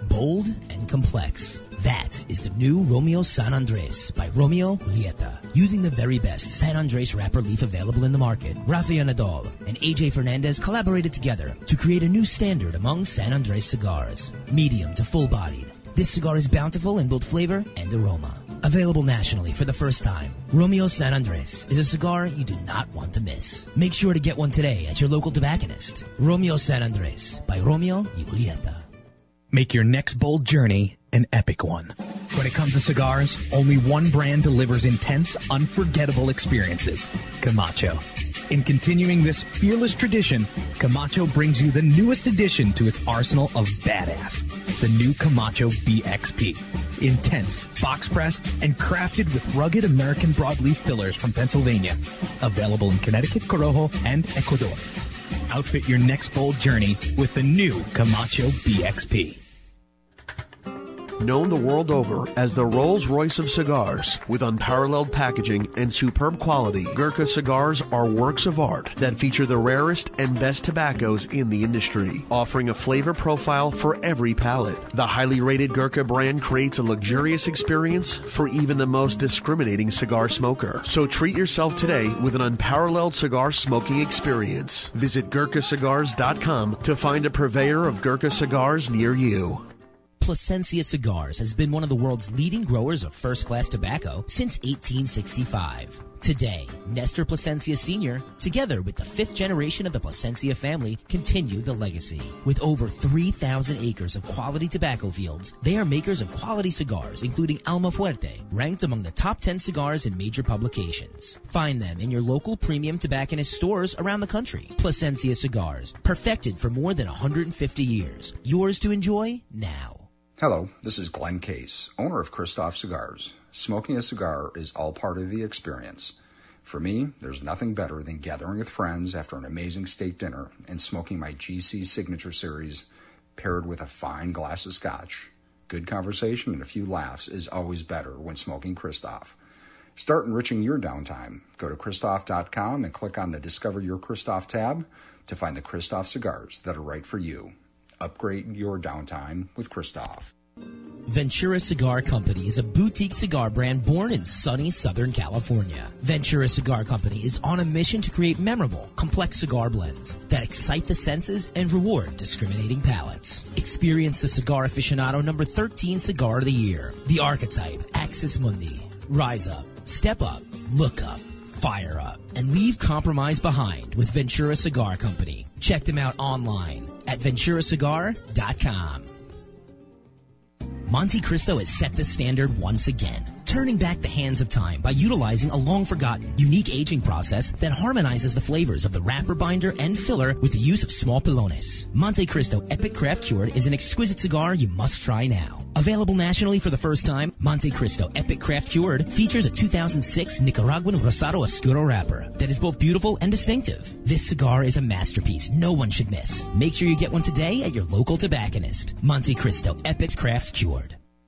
Bold and complex. That is the new Romeo San Andres by Romeo Julieta. Using the very best San Andres wrapper leaf available in the market, Rafael Nadal and AJ Fernandez collaborated together to create a new standard among San Andres cigars. Medium to full bodied. This cigar is bountiful in both flavor and aroma. Available nationally for the first time, Romeo San Andres is a cigar you do not want to miss. Make sure to get one today at your local tobacconist. Romeo San Andres by Romeo Julieta. Make your next bold journey an epic one. When it comes to cigars, only one brand delivers intense, unforgettable experiences Camacho. In continuing this fearless tradition, Camacho brings you the newest addition to its arsenal of badass the new Camacho BXP. Intense, box pressed, and crafted with rugged American broadleaf fillers from Pennsylvania. Available in Connecticut, Corojo, and Ecuador. Outfit your next bold journey with the new Camacho BXP. Known the world over as the Rolls Royce of cigars, with unparalleled packaging and superb quality, Gurkha cigars are works of art that feature the rarest and best tobaccos in the industry, offering a flavor profile for every palate. The highly rated Gurkha brand creates a luxurious experience for even the most discriminating cigar smoker. So treat yourself today with an unparalleled cigar smoking experience. Visit GurkhaCigars.com to find a purveyor of Gurkha cigars near you. Placencia Cigars has been one of the world's leading growers of first class tobacco since 1865. Today, Nestor Placencia Sr., together with the fifth generation of the Placencia family, continue the legacy. With over 3,000 acres of quality tobacco fields, they are makers of quality cigars, including Alma Fuerte, ranked among the top 10 cigars in major publications. Find them in your local premium tobacconist stores around the country. Placencia Cigars, perfected for more than 150 years. Yours to enjoy now. Hello, this is Glenn Case, owner of Christoph Cigars. Smoking a cigar is all part of the experience. For me, there's nothing better than gathering with friends after an amazing steak dinner and smoking my GC Signature Series paired with a fine glass of scotch. Good conversation and a few laughs is always better when smoking Christoph. Start enriching your downtime. Go to Christoph.com and click on the Discover Your Christoph tab to find the Christoph cigars that are right for you. Upgrade your downtime with Christoph. Ventura Cigar Company is a boutique cigar brand born in sunny Southern California. Ventura Cigar Company is on a mission to create memorable, complex cigar blends that excite the senses and reward discriminating palates. Experience the Cigar Aficionado number 13 cigar of the year. The archetype, Axis Mundi. Rise up, step up, look up, fire up, and leave compromise behind with Ventura Cigar Company. Check them out online at venturacigar.com. Monte Cristo has set the standard once again, turning back the hands of time by utilizing a long forgotten, unique aging process that harmonizes the flavors of the wrapper binder and filler with the use of small pilones. Monte Cristo Epic Craft Cured is an exquisite cigar you must try now. Available nationally for the first time, Monte Cristo Epic Craft Cured features a 2006 Nicaraguan Rosado Oscuro wrapper that is both beautiful and distinctive. This cigar is a masterpiece no one should miss. Make sure you get one today at your local tobacconist. Monte Cristo Epic Craft Cured.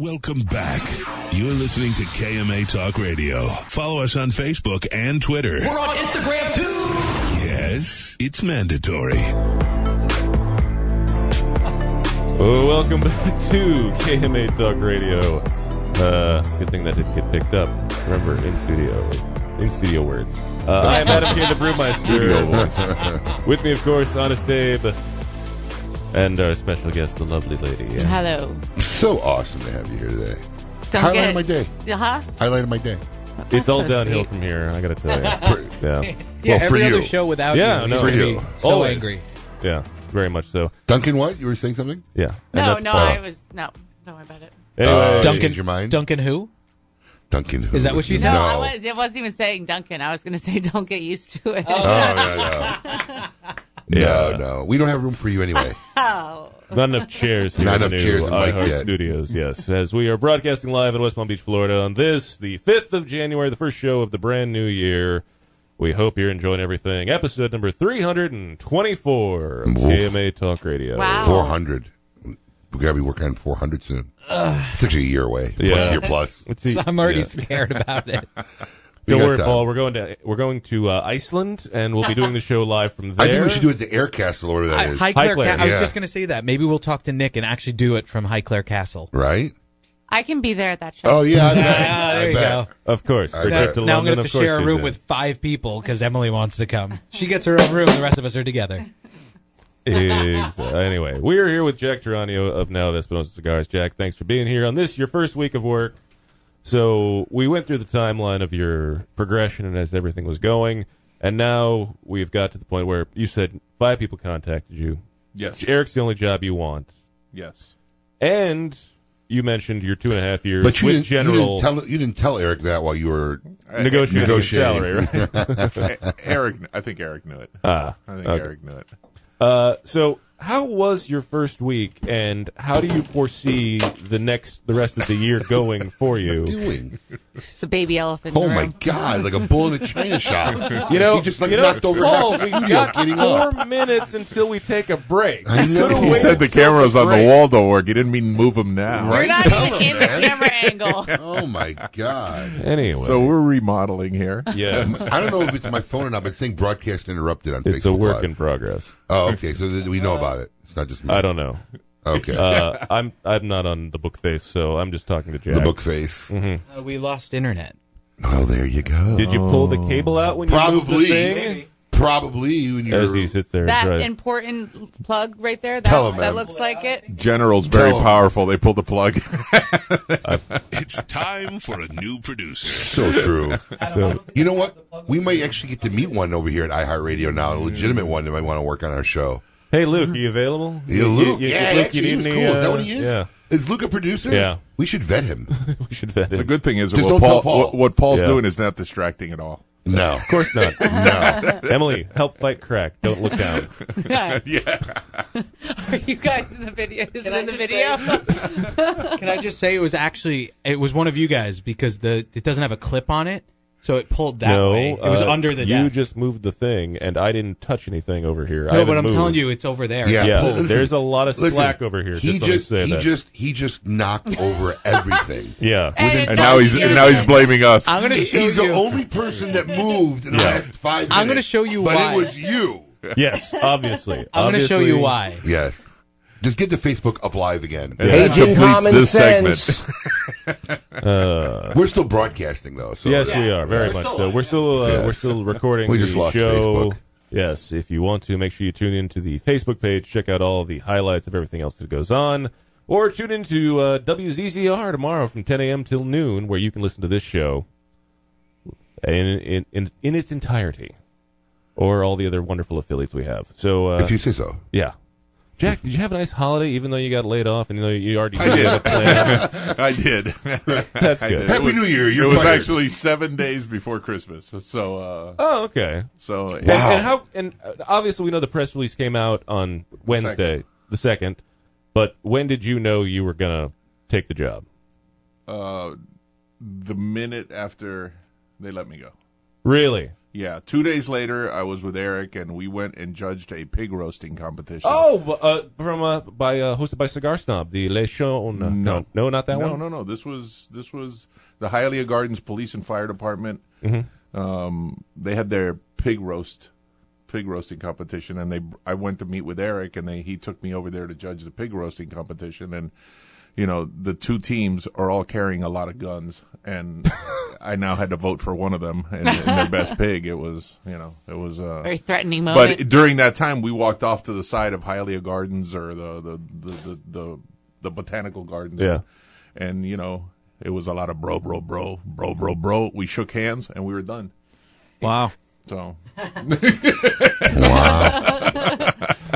Welcome back. You're listening to KMA Talk Radio. Follow us on Facebook and Twitter. We're on Instagram too. Yes, it's mandatory. Oh, welcome back to KMA Talk Radio. Uh, good thing that didn't get picked up. Remember, in studio, in studio words. Uh, I am Adam K. the Brewmeister. With me, of course, Honest Abe, and our special guest, the lovely lady. Hello. So awesome to have you here today. Don't Highlight get of my day. Uh-huh. Highlight of my day. it's all so downhill sweet. from here. I gotta tell you. yeah. Yeah, Well, for every other you. show without yeah, you no, is For gonna you. be so Always. angry. Yeah, very much so. Duncan, what? You were saying something? Yeah. No, that's no, Paula. I was no. Don't worry about it. Uh, Duncan- change your mind. Duncan who? Duncan who? Is that what she No, said? I was, it wasn't even saying Duncan. I was going to say don't get used to it. Oh, no, no. No, no. We don't have room for you anyway. Oh. Not enough chairs here Not in the enough new chairs in Mike iHeart yet. Studios, yes. As we are broadcasting live in West Palm Beach, Florida on this, the 5th of January, the first show of the brand new year. We hope you're enjoying everything. Episode number 324 of KMA Talk Radio. Wow. 400. We gotta be working on 400 soon. it's actually a year away. Plus Yeah. a year plus. It's a- I'm already yeah. scared about it. We Don't got worry, time. Paul. We're going to we're going to uh, Iceland, and we'll be doing the show live from there. I think we should do it at the Air Castle or whatever that I, is. High Claire Claire, Ca- I was yeah. just going to say that. Maybe we'll talk to Nick and actually do it from High Claire Castle. Right? I can be there at that show. Oh, yeah. I bet. Ah, there I you bet. go. Of course. I Her bet. trip to now London, I'm going to have of to course share a she's room in. with five people because Emily wants to come. She gets her own room. The rest of us are together. exactly. Anyway, we are here with Jack Geronio of Now of Espinosa Cigars. Jack, thanks for being here on this your first week of work. So we went through the timeline of your progression and as everything was going, and now we've got to the point where you said five people contacted you. Yes. Eric's the only job you want, Yes. and you mentioned your two and a half years But you with didn't, you, General didn't tell, you didn't tell Eric that while you were Negotiating his E- Eric, I think Eric knew it. Ah, I think okay. Eric knew it. Uh, so how was your first week and how do you foresee the next the rest of the year going for you doing? It's a baby elephant. in Oh the my room. God! Like a bull in a china shop. you know he just like you know, knocked over Paul, half the we've studio got getting four up. minutes until we take a break I You could've know. He waited said the till camera's on the break. wall don't work. He didn't mean move them now. We're not Tell even in him, the man. camera angle. Oh my God! Um, anyway So we're remodeling here. yeah I don't know if it's my phone or not, but it's saying broadcast interrupted on Facebook. it's a work Live. in progress Oh, okay. So th- we know about it. It's not just me. i don't know Okay. uh, i'm i'm not on the book face so i'm just talking to jack Mm-hmm. the book face. Uh, we lost internet. Well, Oh, there you go. did you pull the cable out when you moved Probably. the thing Probably when you're as he sits there and That tries- important plug right there. That, Tell him, that man. looks like it. General's very Tell him. powerful. They pulled the plug. It's time for a new producer. so true. so You know what? We might actually get to meet one over here at iHeartRadio now, a legitimate one that might want to work on our show. hey luke are you available Yeah, Luke. you, you, yeah, luke, actually, you he need was any, cool. is that uh, what he is? yeah Is Luke a producer? Yeah. We should vet him. we should vet the him good thing is Just what, don't tell Paul, Paul. What, what Paul's Yeah. doing is not distracting at all. No. Of course not. No. Emily, help fight crack. Don't look down. Yeah. yeah. Are you guys in the video? Is Can it I in the just video? Can I just say it was actually it was one of you guys because the it doesn't have a clip on it, so it pulled that no, way. It was uh, under the You desk. just moved the thing, and I didn't touch anything over here. I No, haven't but I'm moved. telling you, it's over there. Yeah, Well, listen, there's a lot of listen, slack over here. He just, let me just, say he that. just he just knocked over everything. Yeah. Within And five now he's minutes. and now he's blaming us. I'm gonna show He's you. the only person that moved in the Yeah. last five. Minutes, I'm gonna show you but why. it was you. Yes, obviously. I'm gonna show you why. Yes. Just get to Facebook up live again. Yeah. That Agent completes Common this Sense. segment. Uh, We're still broadcasting though. So yes, we are very Yeah. much so. We're still uh, Yeah. we're still recording We just the lost show. Facebook. Yes, if you want to, make sure you tune into the Facebook page. Check out all the highlights of everything else that goes on, or tune into uh, WZZR tomorrow from 10 a.m. till noon, where you can listen to this show in in in, in its entirety, or all the other wonderful affiliates we have. So, uh, If you say so. yeah. Jack, did you have a nice holiday, even though you got laid off, and though you already I knew you did. had a plan? I did. That's I good. did. It was- it was actually seven days before Christmas. So. Uh, Oh, okay. So and, and how? And uh, obviously, we know the press release came out on Wednesday, the second. But when did you know you were gonna take the job? Uh, the minute after they let me go. Really? Yeah, two days later, I was with Eric, and we went and judged a pig roasting competition. Oh, bu- uh, from uh, by uh, hosted by Cigar Snob, the Le Chon. No, no, not that no, one. No, no, This was this was the Hialeah Gardens Police and Fire Department. Mhm. Um, they had their pig roast, pig roasting competition, and they I went to meet with Eric, and they he took me over there to judge the pig roasting competition, and you know the two teams are all carrying a lot of guns, and I now had to vote for one of them in, in their best pig. It was you know it was uh, Very threatening But moment. during that time, we walked off to the side of Hialeah Gardens or the the the the, the, the botanical gardens. Yeah. and you know it was a lot of bro, bro, bro, bro, bro, bro. We shook hands and we were done. Wow. So Wow.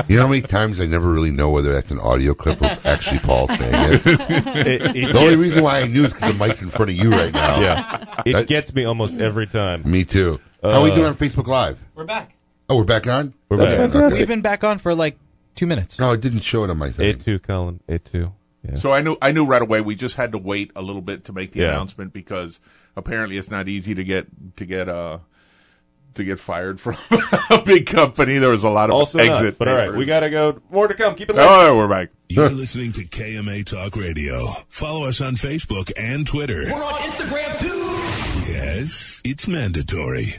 You know how many times I never really know whether that's an audio clip or actually Paul saying it? It- it the only gets- reason why I knew is because the mic's in front of you right now. Yeah, it That- gets me almost every time. Me too. How are we Uh, doing on Facebook Live? We're back. Oh, we're back on? We're That's back. fantastic. We've been back on for like two minutes. No, it didn't show it on my thing. A two, Colin. A two. Yeah. So I knew I knew right away. We just had to wait a little bit to make the Yeah. announcement because apparently it's not easy to get to get uh to get fired from a big company. There was a lot of Also not, exit. but all right, we gotta go. More to come. Keep it. Oh, we're back. You're listening to KMA Talk Radio. Follow us on Facebook and Twitter. We're on Instagram too. Yes, it's mandatory.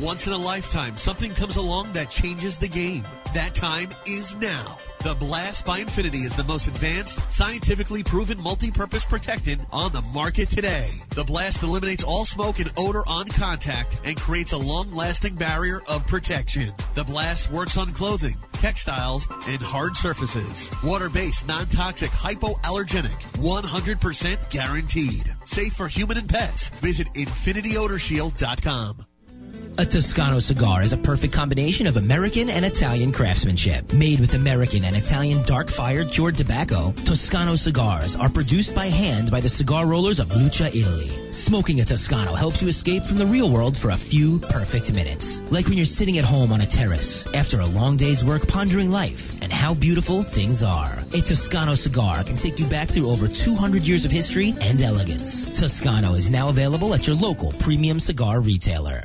Once in a lifetime, something comes along that changes the game. That time is now. The Blast by Infinity is the most advanced, scientifically proven multi-purpose protectant on the market today. The Blast eliminates all smoke and odor on contact and creates a long-lasting barrier of protection. The Blast works on clothing, textiles, and hard surfaces. Water-based, non-toxic, hypoallergenic, 100% guaranteed. Safe for human and pets. Visit InfinityOdorShield.com. A Toscano cigar is a perfect combination of American and Italian craftsmanship. Made with American and Italian dark fired cured tobacco, Toscano cigars are produced by hand by the cigar rollers of Lucca, Italy. Smoking a Toscano helps you escape from the real world for a few perfect minutes. Like when you're sitting at home on a terrace after a long day's work pondering life and how beautiful things are. A Toscano cigar can take you back through over 200 years of history and elegance. Toscano is now available at your local premium cigar retailer.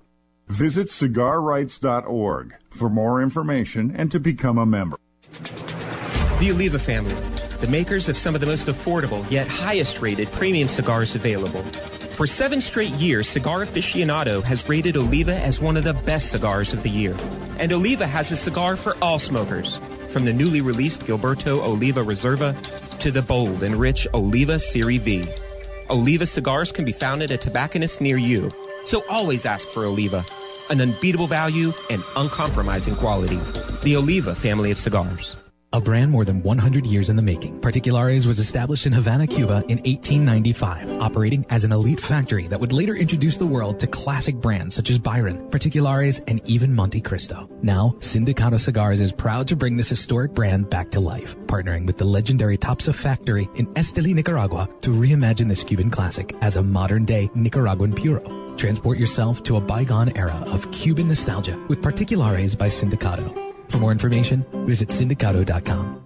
Visit cigarrights.org for more information and to become a member. The Oliva family, the makers of some of the most affordable yet highest rated premium cigars available. For seven straight years, Cigar Aficionado has rated Oliva as one of the best cigars of the year. And Oliva has a cigar for all smokers, from the newly released Gilberto Oliva Reserva to the bold and rich Oliva Siri V. Oliva cigars can be found at a tobacconist near you, so always ask for Oliva, an unbeatable value and uncompromising quality. The Oliva family of cigars. A brand more than 100 years in the making, Particulares was established in Havana, Cuba in 1895, operating as an elite factory that would later introduce the world to classic brands such as Byron, Particulares, and even Monte Cristo. Now, Sindicato Cigars is proud to bring this historic brand back to life, partnering with the legendary Topsa factory in Esteli, Nicaragua to reimagine this Cuban classic as a modern-day Nicaraguan Puro. Transport yourself to a bygone era of Cuban nostalgia with Particulares by Sindicato. For more information, visit sindicato.com.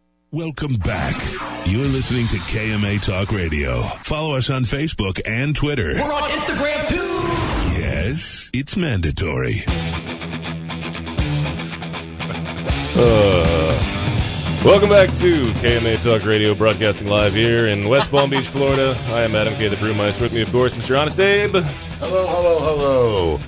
Welcome back. You're listening to KMA Talk Radio. Follow us on Facebook and Twitter. We're on Instagram too. Yes, it's mandatory. Uh, welcome back to KMA Talk Radio, broadcasting live here in West Palm Beach, Florida. I am Adam K. the Brewmeister. With me, of course, Mr. Honest Abe. Hello, hello, hello.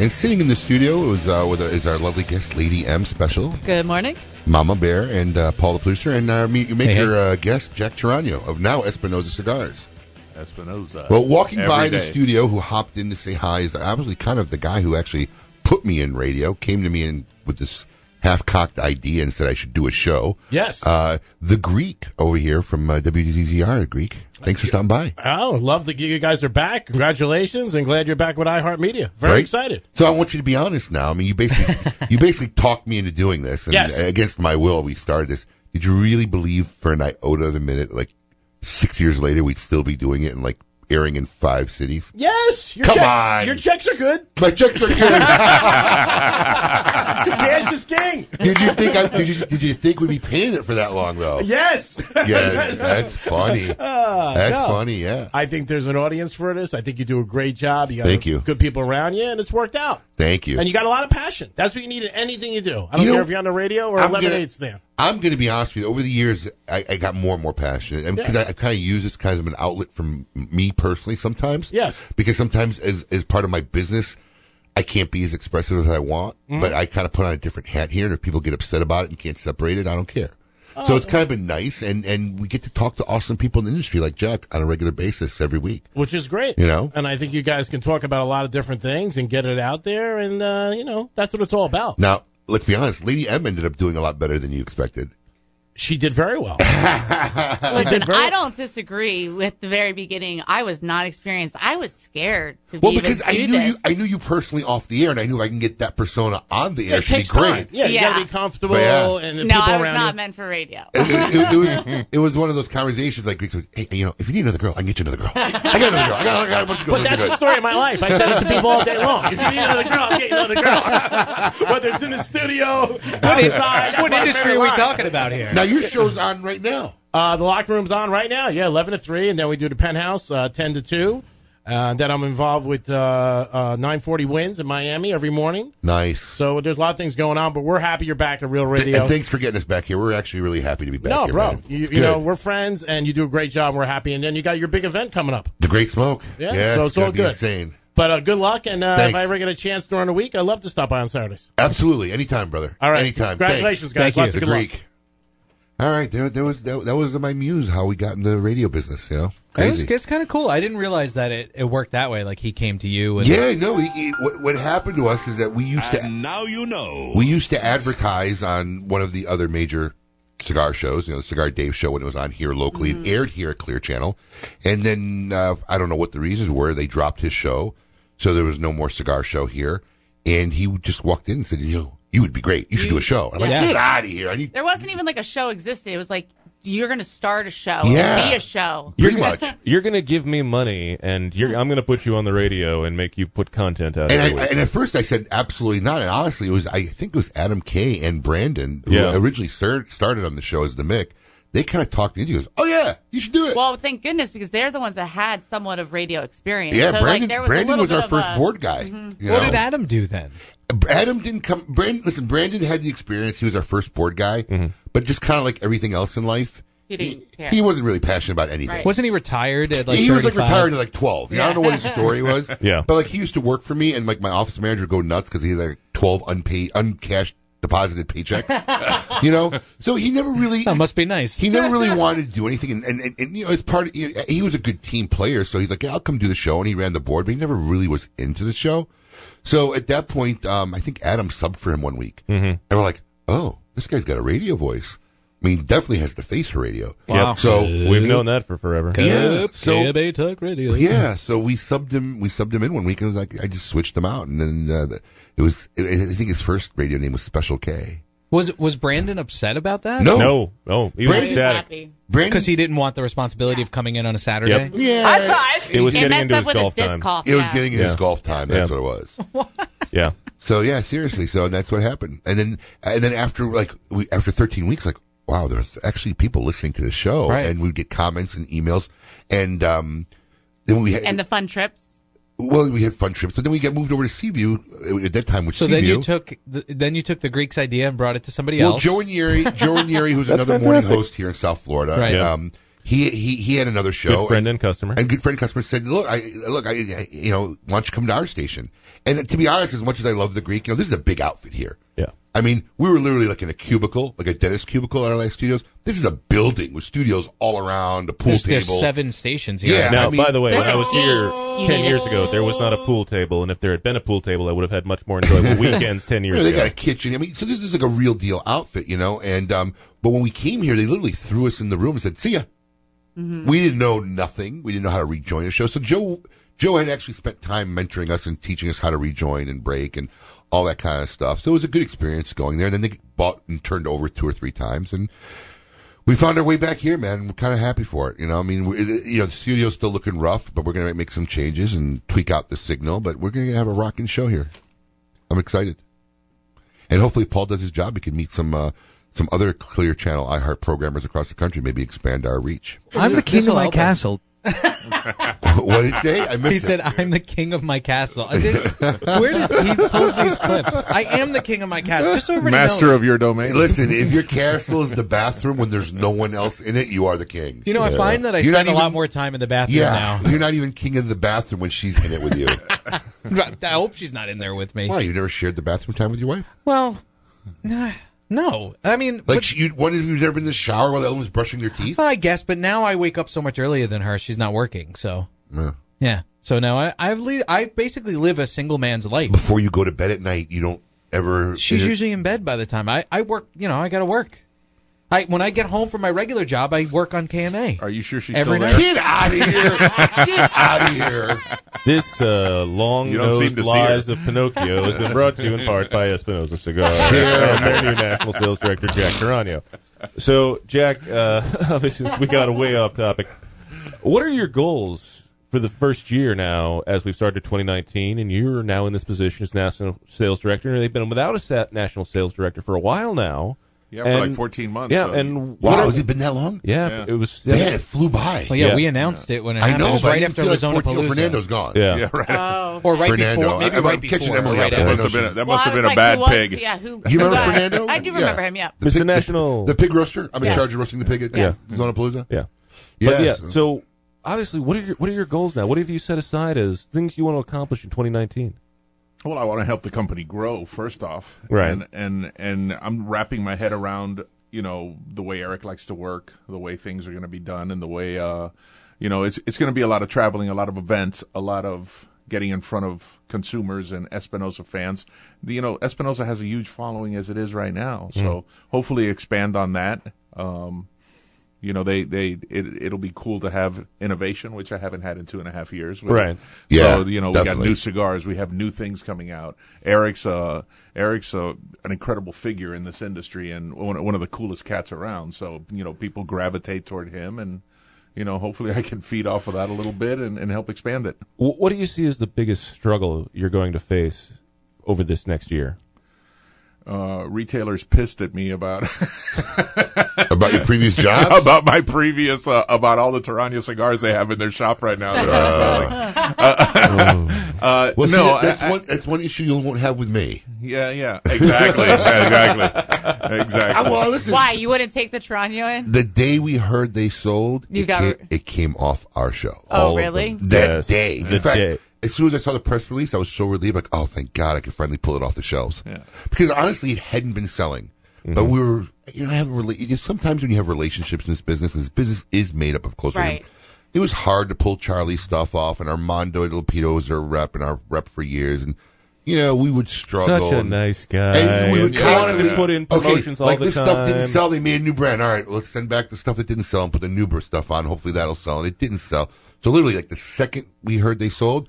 And sitting in the studio is, uh, with, uh, is our lovely guest, Lady M Special. Good morning. Mama Bear and uh, Paul the producer, and uh, meet, make Hey, hey. your uh, guest Jack Tarano of now Espinosa Cigars. Espinoza. Well, walking by Every the day. studio, who hopped in to say hi is obviously kind of the guy who actually put me in radio. Came to me in, with this half-cocked idea and said I should do a show. Yes. uh, the Greek over here from uh, WZZR. Greek, thanks for stopping by. Oh, love that you guys are back. Congratulations, and glad you're back with iHeartMedia. Very Right? excited. So I want you to be honest now. I mean, you basically you basically talked me into doing this, and Yes. against my will, we started this. Did you really believe for an iota of a minute, like six years later, we'd still be doing it and like airing in five cities? Yes, your Come check- on. your checks are good. My checks are good. Cash is king. did you think I, did you did you think we'd be paying it for that long though? Yes. Yeah, that's funny. Ah, That's no. funny. Yeah. I think there's an audience for this. I think you do a great job. You got Thank you. good people around you, and it's worked out. Thank you. And you got a lot of passion. That's what you need in anything you do. I don't You know, care if you're on the radio or I'm a gonna- lemonade stand. I'm going to be honest with you. Over the years, I, I got more and more passionate because Yeah. I, I kind of use this kind of an outlet for m- me personally sometimes. Yes. Because sometimes, as as part of my business, I can't be as expressive as I want, Mhm. but I kind of put on a different hat here, and if people get upset about it and can't separate it, I don't care. so Oh. it's kind of been nice, and and we get to talk to awesome people in the industry like Jack on a regular basis every week. Which is great, You know? And I think you guys can talk about a lot of different things and get it out there, and uh, you know that's what it's all about. Now, let's be honest. Lady M ended up doing a lot better than you expected. She did very well. Listen, I don't disagree with the very beginning. I was not experienced. I was scared to Well, be because even I do knew this. you, I knew you personally off the air, and I knew if I can get that persona on the air. it should takes be great. time. Yeah, you Yeah. gotta be comfortable But yeah. and the no, people I was around not you. meant for radio. It, it- it was, it was one of those conversations like, hey, you know, if you need another girl, I can get you another girl. I got another girl. I got, I got a bunch of girls. But that's the story of my life. I said it to people all day long. If you need another girl, I'll get you another girl. Whether it's in the studio, outside, that's what my industry favorite are we line. talking about here? Now your show's on right now. Uh, the locker room's on right now. Yeah, eleven to three, and then we do the penthouse uh, ten to two. Uh, then I'm involved with uh, uh, 940 wins in Miami every morning. Nice. So there's a lot of things going on, but we're happy you're back at Real Radio. And thanks for getting us back here. We're actually really happy to be back no, here, bro, man. you, It's you know good. we're friends, and you do a great job. We're happy, and then you got your big event coming up. the Great Smoke. Yeah, Yes, so it's gonna all be good. Insane. But uh, good luck, and uh, if Thanks. I ever get a chance during the week, I love to stop by on Saturdays. Absolutely, anytime, brother. All right. anytime. Congratulations, guys. Thanks. Lots of The good luck. Greek. All right, there, there was that, that was my muse how we got in the radio business. You know, It was, crazy. it's kind of cool. I didn't realize that it, it worked that way. Like he came to you. And, Yeah, no. He, he, what, what happened to us is that we used to now you know. we used to advertise on one of the other major cigar shows, you know, the Cigar Dave show when it was on here locally. Mm-hmm. It aired here at Clear Channel, and then uh, I don't know what the reasons were. They dropped his show, so there was no more cigar show here. And he just walked in and said, "Yo, you would be great. You should do a show." I'm like, Yeah. "Get out of here! I need There wasn't even like a show existed. It was like you're going to start a show, Yeah. and be a show. You're gonna give me money, and you're, I'm gonna put you on the radio and make you put content And, out. every I, week. and at first I said absolutely not. And honestly, it was I think it was Adam Kay and Brandon who Yeah. originally start, started on the show as the Mick. They kind of talked me into it. Oh yeah, you should do it. Well, thank goodness because they're the ones that had somewhat of radio experience. yeah, so, Brandon. like, there was a Brandon little was bit our of first a- Mm-hmm. board guy. you What know? did Adam do then? Adam didn't come. Brandon, listen, Brandon had the experience. He was our first board guy, Mm-hmm. but just kind of like everything else in life, He didn't care. he wasn't really passionate about anything. Wasn't he retired at like? he was like 35? retired at like twelve. You know, I don't know what his story was. Yeah. but like he used to work for me, and like my office manager would go nuts because he had like twelve unpaid, uncashed deposited paychecks. you know, so he never really. That must be nice. He never really wanted to do anything, and and, and, and, you know, it's part. Of, you know, he was a good team player, so he's like, yeah, I'll come do the show, and he ran the board, but he never really was into the show. So at that point, um, I think Adam subbed for him one week, Mm-hmm. and we're like, oh, this guy's got a radio voice. I mean, definitely has the face for radio. Wow. So We've known that for forever. Yeah. Yep. So KMA Talk Radio. yeah, so we subbed him. We subbed him in one week, and it was like I just switched him out, and then uh, the- it was. I I think his first radio name was Special K. Was was Brandon upset about that? No. No, no, he was Brandon- ecstatic. because he didn't want the responsibility of coming in on a Saturday. Yep. Yeah. I thought- It was it getting messed into up his with his golf disc time. golf, It was yeah. getting into Yeah. his golf time. That's Yeah. what it was. yeah. So yeah, seriously. So that's what happened, and then and then after like we, after 13 weeks, like wow, there's actually people listening to the show, Right. and we'd get comments and emails, and um, then we had and the fun trips. well we had fun trips, but then we got moved over to Seaview uh, at that time, which So Seaview. then you took the, then you took the Greeks idea and brought it to somebody well, else. Joe and Yeri, Joe and Yeri, who's That's another morning fantastic. host here in South Florida, Right. Yeah. um, he, he he had another show. Good friend and customer. and good friend customer said, "Look, I look, I, I you know, why don't you come to our station?" And to be honest, as much as I love the Greek, you know, this is a big outfit here. Yeah. I mean, we were literally like in a cubicle, like a dentist cubicle at our last studios. This is a building with studios all around, a pool There's, there's table. seven stations here. Yeah, Now, I mean- by the way, when There's I a was here gate. ten You years need ago, there was not a pool table, and if there had been a pool table, I would have had much more enjoyable weekends ten years Yeah, they ago. got a kitchen. I mean, so this is like a real deal outfit, you know. And um, but when we came here, they literally threw us in the room and said, "See ya." Mm-hmm. We didn't know nothing. We didn't know how to rejoin a show. So Joe, Joe had actually spent time mentoring us and teaching us how to rejoin and break and all that kind of stuff. So it was a good experience going there. then they bought and turned over two or three times and. We found our way back here, man. We're kind of happy for it. You know, I mean, we, you know, the studio's still looking rough, but we're going to make some changes and tweak out the signal. But we're going to have a rocking show here. I'm excited, and hopefully, Paul does his job. We can meet some uh, some other Clear Channel iHeart programmers across the country. Maybe expand our reach. I'm the king of my castle. what did he say? I missed he it. said, "I'm the king of my castle." I did- Where does he post these clips? I am the king of my castle. Just so everybody Master knows. of your domain. Listen, if your castle is the bathroom when there's no one else in it, you are the king. You know, I find that I You're not spend a lot even- more time in the bathroom Yeah, you're not even king of the bathroom when she's in it with you. now. I hope she's not in there with me. Why? You never shared the bathroom time with your wife? Well, nah, no. I mean, Like, she- you, one of you's never been in the shower while the other one's brushing their teeth? I guess, but now I wake up so much earlier than her. She's not working, so Yeah. yeah. So now I I've le- I basically live a single man's life. Before you go to bed at night, you don't ever. She's inter- usually in bed by the time I I work. You know, I got to work. I when I get home from my regular job, I work on KMA. Are you sure she's Every still night. there? Get outta here. Get outta here. This uh, long You don't seem nosed to see lies her. of Pinocchio has been brought to you in part by Espinosa Cigars and their new national sales director Jack Carano. So, Jack, uh, obviously we got way off topic. What are your goals for the first year now, as we've started 2019, and you're now in this position as national sales director? And they've been without a sa- national sales director for a while now. Yeah, for like 14 months, Yeah, so- and Wow, what are- has it been that long? Yeah, it was. Man, it flew by. Well, yeah, we announced it when it I happened. know, it was but I right didn't after feel like Lozona 14 Palooza. Fernando's gone. Yeah. Yeah, right. Oh. Or right Fernando, before, maybe I- I'm right catching before. Emily or right up. I after. must have been a- That Well, must I have was been a like, bad who was- pig. yeah, who? You remember who was- Fernando? I do Yeah. remember him. Yeah. The Mr. pig- National. The pig roaster? I'm in Yeah. charge of roasting the pig at Yeah. Zona Palooza? Yeah. Yeah, But yeah. so- So, obviously, what are your what are your goals now? What have you set aside as things you want to accomplish in 2019? Well, I want to help the company grow first off, Right. And and, and I'm wrapping my head around you know the way Eric likes to work, the way things are going to be done, and the way uh, you know it's it's going to be a lot of traveling, a lot of events, a lot of getting in front of consumers and Espinosa fans. The, you know, Espinosa has a huge following as it is right now, so hopefully expand on that. Um, you know, they they it, it'll be cool to have innovation, which I haven't had in two and a half years. Right. So Yeah, you know, we got definitely. new cigars, we have new things coming out. Eric's uh Eric's uh, an incredible figure in this industry and one one of the coolest cats around. So you know, people gravitate toward him and. You know, hopefully I can feed off of that a little bit and, and help expand it. Wh- What do you see as the biggest struggle you're going to face over this next year? uh, retailers pissed at me about about your previous jobs? about my previous uh, about all the Tarania cigars they have in their shop right now. that I'm selling. Uh, uh, Uh. well, see, no, that- that's, I- I- one, that's one issue you won't have with me. yeah, yeah, exactly, exactly, exactly. Uh, well, listen. Why you wouldn't take the Trano in? The day we heard they sold, You it, got- came, it came off our show. Oh, All of really? them. That Yes, day. the In fact, day. as soon as I saw the press release, I was so relieved. Like, oh, thank God, I could finally pull it off the shelves. Yeah. Because honestly, it hadn't been selling. Mm-hmm. But we were, you know, I have a rela- you know, sometimes when you have relationships in this business, and this business is made up of close. Right. It was hard to pull Charlie's stuff off, and Armando Delpido was our rep, and our rep for years, and you know we would struggle. Such a and- nice guy. And we would He wanted to constantly- put in promotions okay, all like the this time. stuff didn't sell. They made a new brand. All right, let's send back the stuff that didn't sell and put the new stuff on. Hopefully that'll sell. And it didn't sell. So literally, like the second we heard they sold,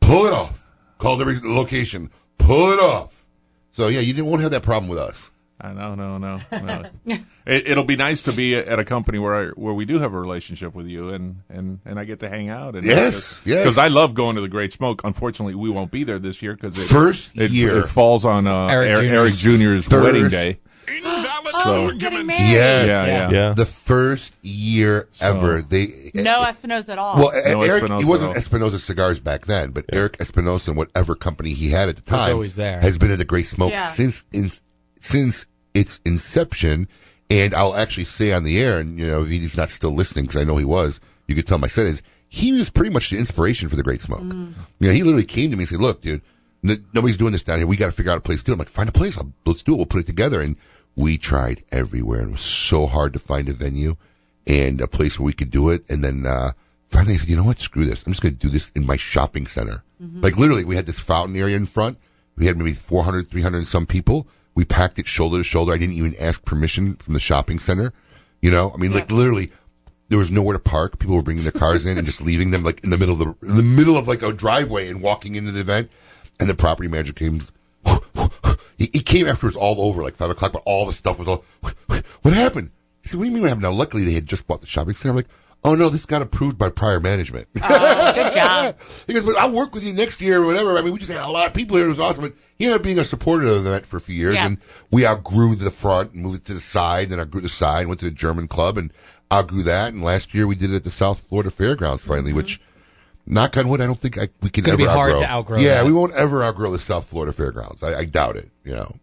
pull it off. Called every location, pull it off. So yeah, you didn't won't have that problem with us. I know, no, no, no. it, it'll be nice to be at a company where I, where we do have a relationship with you, and and and I get to hang out. And Yes, yes. Because I love going to the Great Smoke. Unfortunately, we won't be there this year because First it, year. it falls on uh, Eric Eric, Jr.'s Eric Junior's Third. wedding day. Oh, So- he's getting married. Yes. Yeah, yeah. Yeah. The first year ever. They No Espinosa at all. Well, E- No Eric, Espinosa he at wasn't all. Espinosa Cigars back then, but Eric Espinosa and whatever company he had at the Was time always there. has been at the Great Smoke Yeah. since in, since its inception. And I'll actually say on the air, and you know, if he's not still listening because I know he was. You could tell my son is he was pretty much the inspiration for the Great Smoke. You know, he literally came to me and said, "Look, dude, n- nobody's doing this down here. We got to figure out a place to do it." I'm like, "Find a place. I'll, let's do it. We'll put it together." And we tried everywhere, and it was so hard to find a venue and a place where we could do it. And then uh, finally, I said, "You know what? Screw this. I'm just going to do this in my shopping center." Like literally, we had this fountain area in front. We had maybe 400, 300 and some people. We packed it shoulder to shoulder. I didn't even ask permission from the shopping center. You know, I mean, like literally, there was nowhere to park. People were bringing their cars in and just leaving them like in the middle of the in the middle of like a driveway and walking into the event. And the property manager came. He, he came after it was all over, like five o'clock, but all the stuff was all. What happened? I said, "What do you mean? What happened?" Now, luckily, they had just bought the shopping center. I'm like, "Oh no, this got approved by prior management." good job. he goes, "But I'll work with you next year or whatever." I mean, we just had a lot of people here. It was awesome. But he ended up being a supporter of the event for a few years, Yeah. and we outgrew the front and moved it to the side. Then I grew the side, went to the German club, and outgrew that. And last year we did it at the South Florida Fairgrounds finally, which. Knock on wood, I don't think I, we can It's gonna ever be hard outgrow. to outgrow Yeah, that. we won't ever outgrow the South Florida Fairgrounds. I, I doubt it. You know,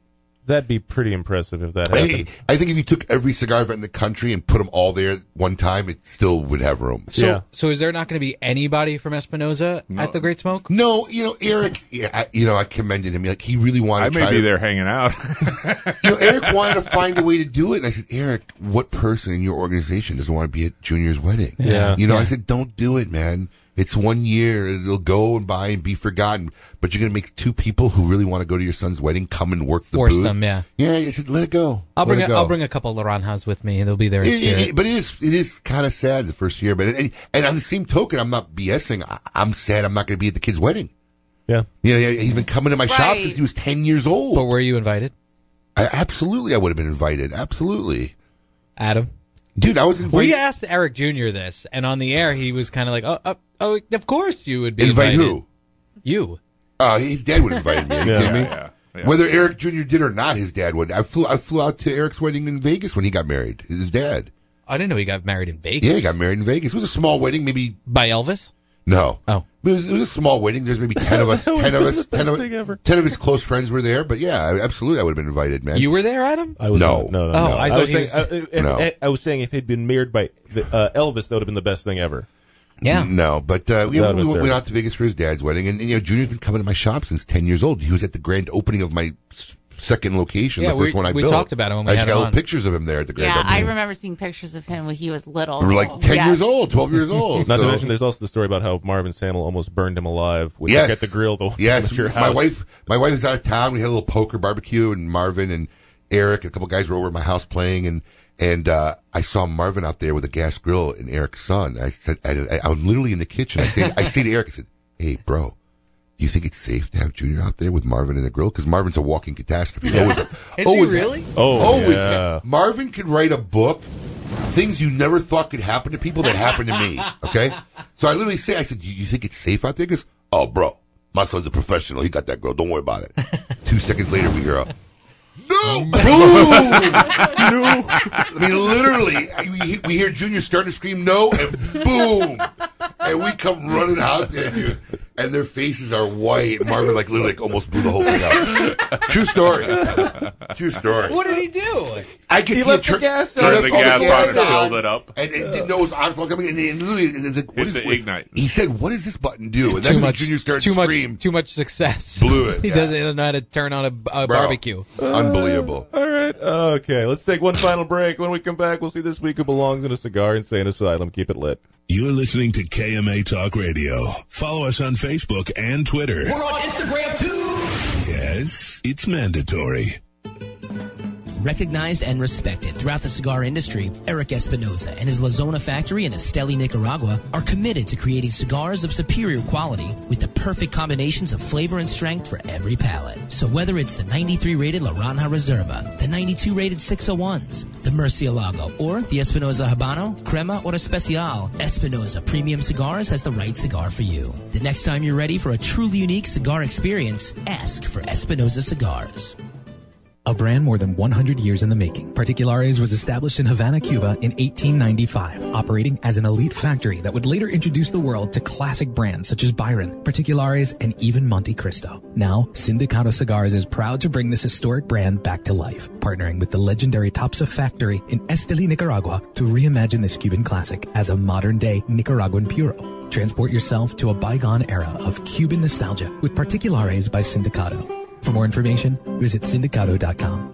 That'd be pretty impressive if that I, happened. I think if you took every cigar event in the country and put them all there at one time, it still would have room. So, so is there not going to be anybody from Espinoza at the Great Smoke? No, you know, Eric, yeah, I, you know, I commended him. Like he really wanted. I to may try be to, there hanging out. You know, Eric wanted to find a way to do it, and I said, Eric, what person in your organization doesn't want to be at Junior's wedding? Yeah. you know, Yeah. I said, don't do it, man. It's one year; it'll go and by and be forgotten. But you're going to make two people who really want to go to your son's wedding come and work the Force booth. them, yeah. yeah. I said, let it go. I'll bring Let it a, I'll go. bring a couple Laranjas with me, and they'll be there. in It- it- spirit. it- but it is it is kind of sad the first year. But and, and on the same token, I'm not BSing. I, I'm sad. I'm not going to be at the kid's wedding. Yeah. yeah, yeah. He's been coming to my shop Right. since he was ten years old. But were you invited? I, absolutely, I would have been invited. Absolutely, Adam. Dude, I was invited. We asked Eric Jr. this, and on the air, he was kind of like, oh, oh, oh, of course you would be Invite invited. who? You. Uh, his dad would invite me. Are you Yeah. kidding me? Yeah, yeah. Whether Eric Jr. did or not, his dad would. I flew I flew out to Eric's wedding in Vegas when he got married. His dad. I didn't know he got married in Vegas. Yeah, he got married in Vegas. It was a small wedding, maybe by Elvis. No. Oh. It was, it was a small wedding. There's maybe ten of us. That ten of would've been us. the Ten best thing ever. of, ten of his close friends were there. But yeah, I- absolutely, I would have been invited, man. You were there, Adam? I was no, no, no, Oh, no. I was uh, thought he saying, I, was- No. I- I was saying if he'd been married by the, uh, Elvis, that would have been the best thing ever. Yeah. No, but uh, you know, That we was went terrible. out to Vegas for his dad's wedding, and, and, you know, Junior's been coming to my shop since ten years old. He was at the grand opening of my s- second location, Yeah, the first we- one I we built. talked about him when we I had just him got on. little pictures of him there at the Grand Yeah, Opening. I remember seeing pictures of him when he was little. We were like 10 Yeah. years old, 12 years old. Not so- to mention, there's also the story about how Marvin Samuel almost burned him alive when yes. he at the grill the yes. at your My house. wife, my wife was out of town. We had a little poker barbecue, and Marvin and Eric, a couple guys were over at my house playing, and and uh, I saw Marvin out there with a gas grill and Eric's son. I said, I, I, I was literally in the kitchen. I said, I say to Eric, I said, "Hey, bro." Do you think it's safe to have Junior out there with Marvin in a grill? Because Marvin's a walking catastrophe. Always, a, he always, really? Oh, always. yeah. Marvin could write a book, things you never thought could happen to people that happened to me. Okay, so I literally say, I said, "You, you think it's safe out there?" Because, oh, bro, my son's a professional. He got that girl. Don't worry about it. Two seconds later, we hear a no, boom, no. I mean, literally, we, we hear Junior starting to scream no, and boom, and we come running out there, dude. And their faces are white. Marvin, like, literally, like, almost blew the whole thing out. True story. True story. What did he do? I could He see left a the gas on. He Turned left the all gas on and filled it up. And, and didn't know it was on fire coming. And, and literally, and, it's like, what is- the what- ignite. He said, "What does this button do?" And that's Too when much- Junior started too much- scream. Too much success. Blew it. he yeah. doesn't, he doesn't know how to turn on a, a Bro. barbecue. Unbelievable. All right. Okay. Let's take one final break. When we come back, we'll see this week who belongs in a cigar insane asylum. Keep it lit. You're listening to KMA Talk Radio. Follow us on Facebook and Twitter. We're on Instagram too. Yes, it's mandatory. Recognized and respected throughout the cigar industry, Eric Espinoza and his La Zona factory in Esteli, Nicaragua are committed to creating cigars of superior quality with the perfect combinations of flavor and strength for every palate. So whether it's the 93 rated La Ranja Reserva, the 92 rated 601s, the Murcielago, or the Espinoza Habano, Crema, or Especial, Espinoza Premium Cigars has the right cigar for you. The next time you're ready for a truly unique cigar experience, ask for Espinoza Cigars. A brand more than 100 years in the making, Particulares was established in Havana, Cuba in 1895, operating as an elite factory that would later introduce the world to classic brands such as Byron, Particulares, and even Monte Cristo. Now, Sindicato Cigars is proud to bring this historic brand back to life, partnering with the legendary Topsa factory in Esteli, Nicaragua to reimagine this Cuban classic as a modern-day Nicaraguan puro. Transport yourself to a bygone era of Cuban nostalgia with Particulares by Sindicato. For more information, visit sindicato.com.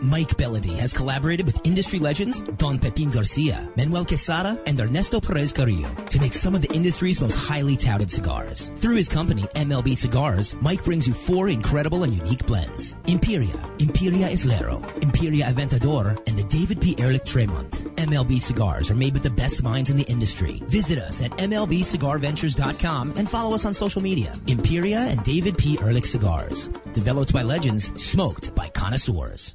Mike Bellady has collaborated with industry legends Don Pepin Garcia, Manuel Quesada, and Ernesto Perez Carrillo to make some of the industry's most highly touted cigars. Through his company, MLB Cigars, Mike brings you four incredible and unique blends. Imperia, Imperia Islero, Imperia Aventador, and the David P. Ehrlich Tremont. MLB Cigars are made with the best minds in the industry. Visit us at MLBCigarVentures.com and follow us on social media. Imperia and David P. Ehrlich Cigars. Developed by legends, smoked by connoisseurs.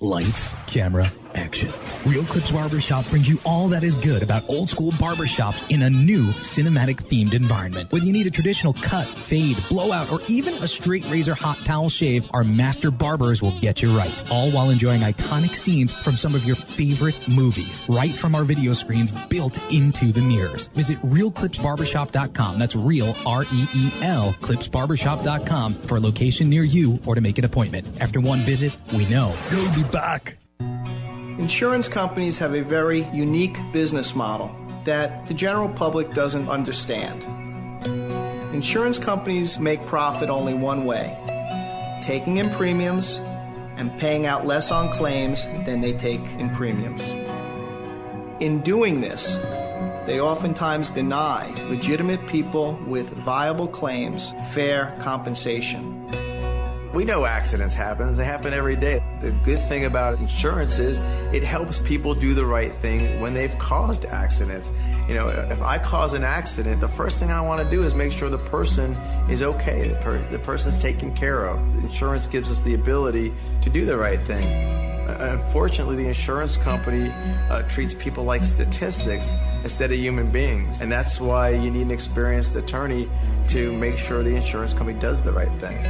Lights, camera, action. Real Clips Barbershop brings you all that is good about old school barbershops in a new cinematic themed environment. Whether you need a traditional cut, fade, blowout, or even a straight razor hot towel shave, our master barbers will get you right. All while enjoying iconic scenes from some of your favorite movies, right from our video screens built into the mirrors. Visit realclipsbarbershop.com. That's real, E R-E-E-L, clipsbarbershop.com for a location near you or to make an appointment. After one visit, we know you'll be back. Insurance companies have a very unique business model that the general public doesn't understand. Insurance companies make profit only one way taking in premiums and paying out less on claims than they take in premiums. In doing this, they oftentimes deny legitimate people with viable claims fair compensation. We know accidents happen, they happen every day. The good thing about insurance is it helps people do the right thing when they've caused accidents. You know, if I cause an accident, the first thing I want to do is make sure the person is okay, the, per- the person's taken care of. Insurance gives us the ability to do the right thing. Uh, Unfortunately, the insurance company uh, treats people like statistics instead of human beings. And that's why you need an experienced attorney to make sure the insurance company does the right thing.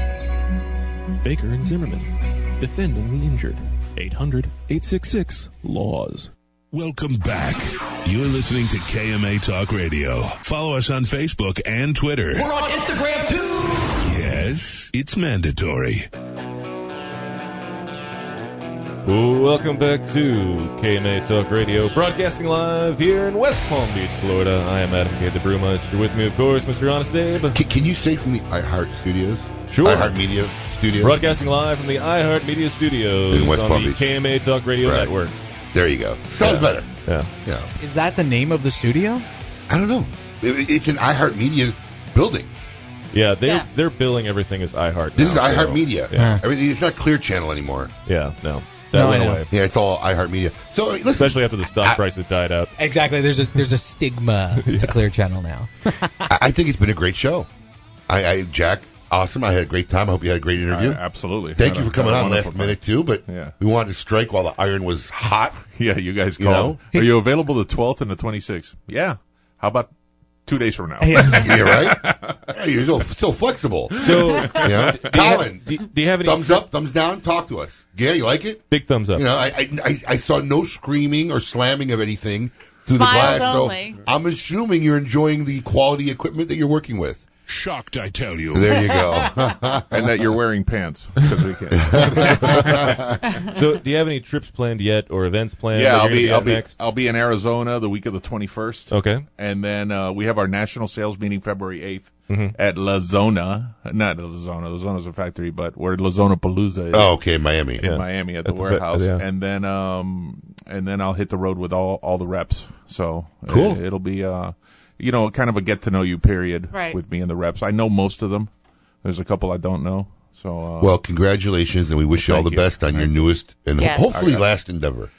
Baker and Zimmerman, defending the injured. 800 866 LAWS. Welcome back. You're listening to KMA Talk Radio. Follow us on Facebook and Twitter. We're on Instagram too. Yes, it's mandatory. Welcome back to KMA Talk Radio, broadcasting live here in West Palm Beach, Florida. I am Adam K. the Brewmeister. With me, of course, Mr. Honest Abe. Can, can you say from the iHeart Studios? Sure. iHeart Media Studios. Broadcasting live from the iHeart Media Studios In West on Palm the Beach. KMA Talk Radio Right. Network. There you go. Sounds Yeah. better. Yeah. Yeah. Is that the name of the studio? I don't know. It- it's an iHeart Media building. Yeah, they're Yeah. they're billing everything as iHeart. This is now, so- iHeart Media. Yeah. I mean, it's not Clear Channel anymore. Yeah, no. That No, I went know. away. Yeah, it's all iHeart Media. So, listen, especially after the stock prices died out. Exactly. There's a there's a stigma to Clear Channel now. I, I think it's been a great show. I, I Jack, awesome. I had a great time. I hope you had a great interview. Uh, absolutely. Thank Had you a- for coming had a on last wonderful minute too. But Yeah. we wanted to strike while the iron was hot. Yeah, you guys You called. know? Are you available the 12th and the 26th? Yeah. How about two days from now? yeah, right. Yeah, you're so, so flexible. So, yeah. do you have- Colin, do, do you have any thumbs up, thumbs down. Talk to us. Yeah, you like it? Big thumbs up. You know, I I, I, I saw no screaming or slamming of anything through Smiles the glass. only. So I'm assuming you're enjoying the quality equipment that you're working with. Shocked, I tell you. There you go. and that you're wearing pants because we can. so, do you have any trips planned yet or events planned? yeah, that I'll be, you're gonna at I'll be, next? I'll be in Arizona the week of the 21st. Okay. And then uh, we have our national sales meeting February 8th Mhm. at La Zona. Not La Zona. La Zona's a factory, but where La Zona Palooza is. Oh, okay, Miami. In Yeah. Miami at, At the, the fa- warehouse. yeah. And then, um, and then I'll hit the road with all, all the reps. So Cool. It, will be, uh, you know, kind of a get to know you period Right. with me and the reps. I know most of them. There's a couple I don't know. So, uh, Well, congratulations, and we wish you all Thank the you. best on your newest and Yes. hopefully Okay. last endeavor.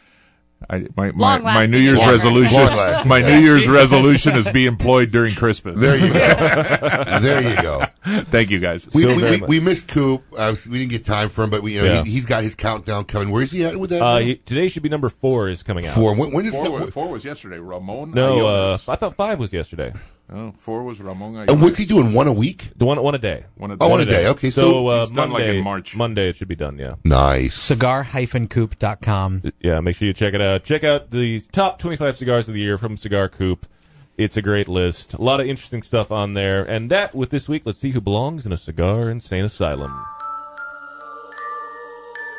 I, my, my, my Long-lasting New Year's endeavor. resolution. Long-lasting. My New Year's Jesus. resolution is be employed during Christmas. There you go. there you go. Thank you guys. We, we, we, we missed Coop. Uh, we didn't get time for him, but we, you know, Yeah. he, he's got his countdown coming. Where is he at with that? Uh, now? he- today should be number four is coming out. Four. When- when is four, the- was, four was yesterday. Ramon. No, uh, Ayones. I thought five was yesterday. Oh, four was Ramon. and what's he Ayones. doing? One a week? The one, one a day. One a Oh, one a day. Okay, so, so- uh, He's Monday, done like in March. Monday it should be done. Yeah. Nice. Cigar-coop.com. Yeah. Make sure you check it out. Check out the top 25 cigars of the year from Cigar Coop. It's a great list. A lot of interesting stuff on there. And that with this week, let's see who belongs in a cigar insane asylum.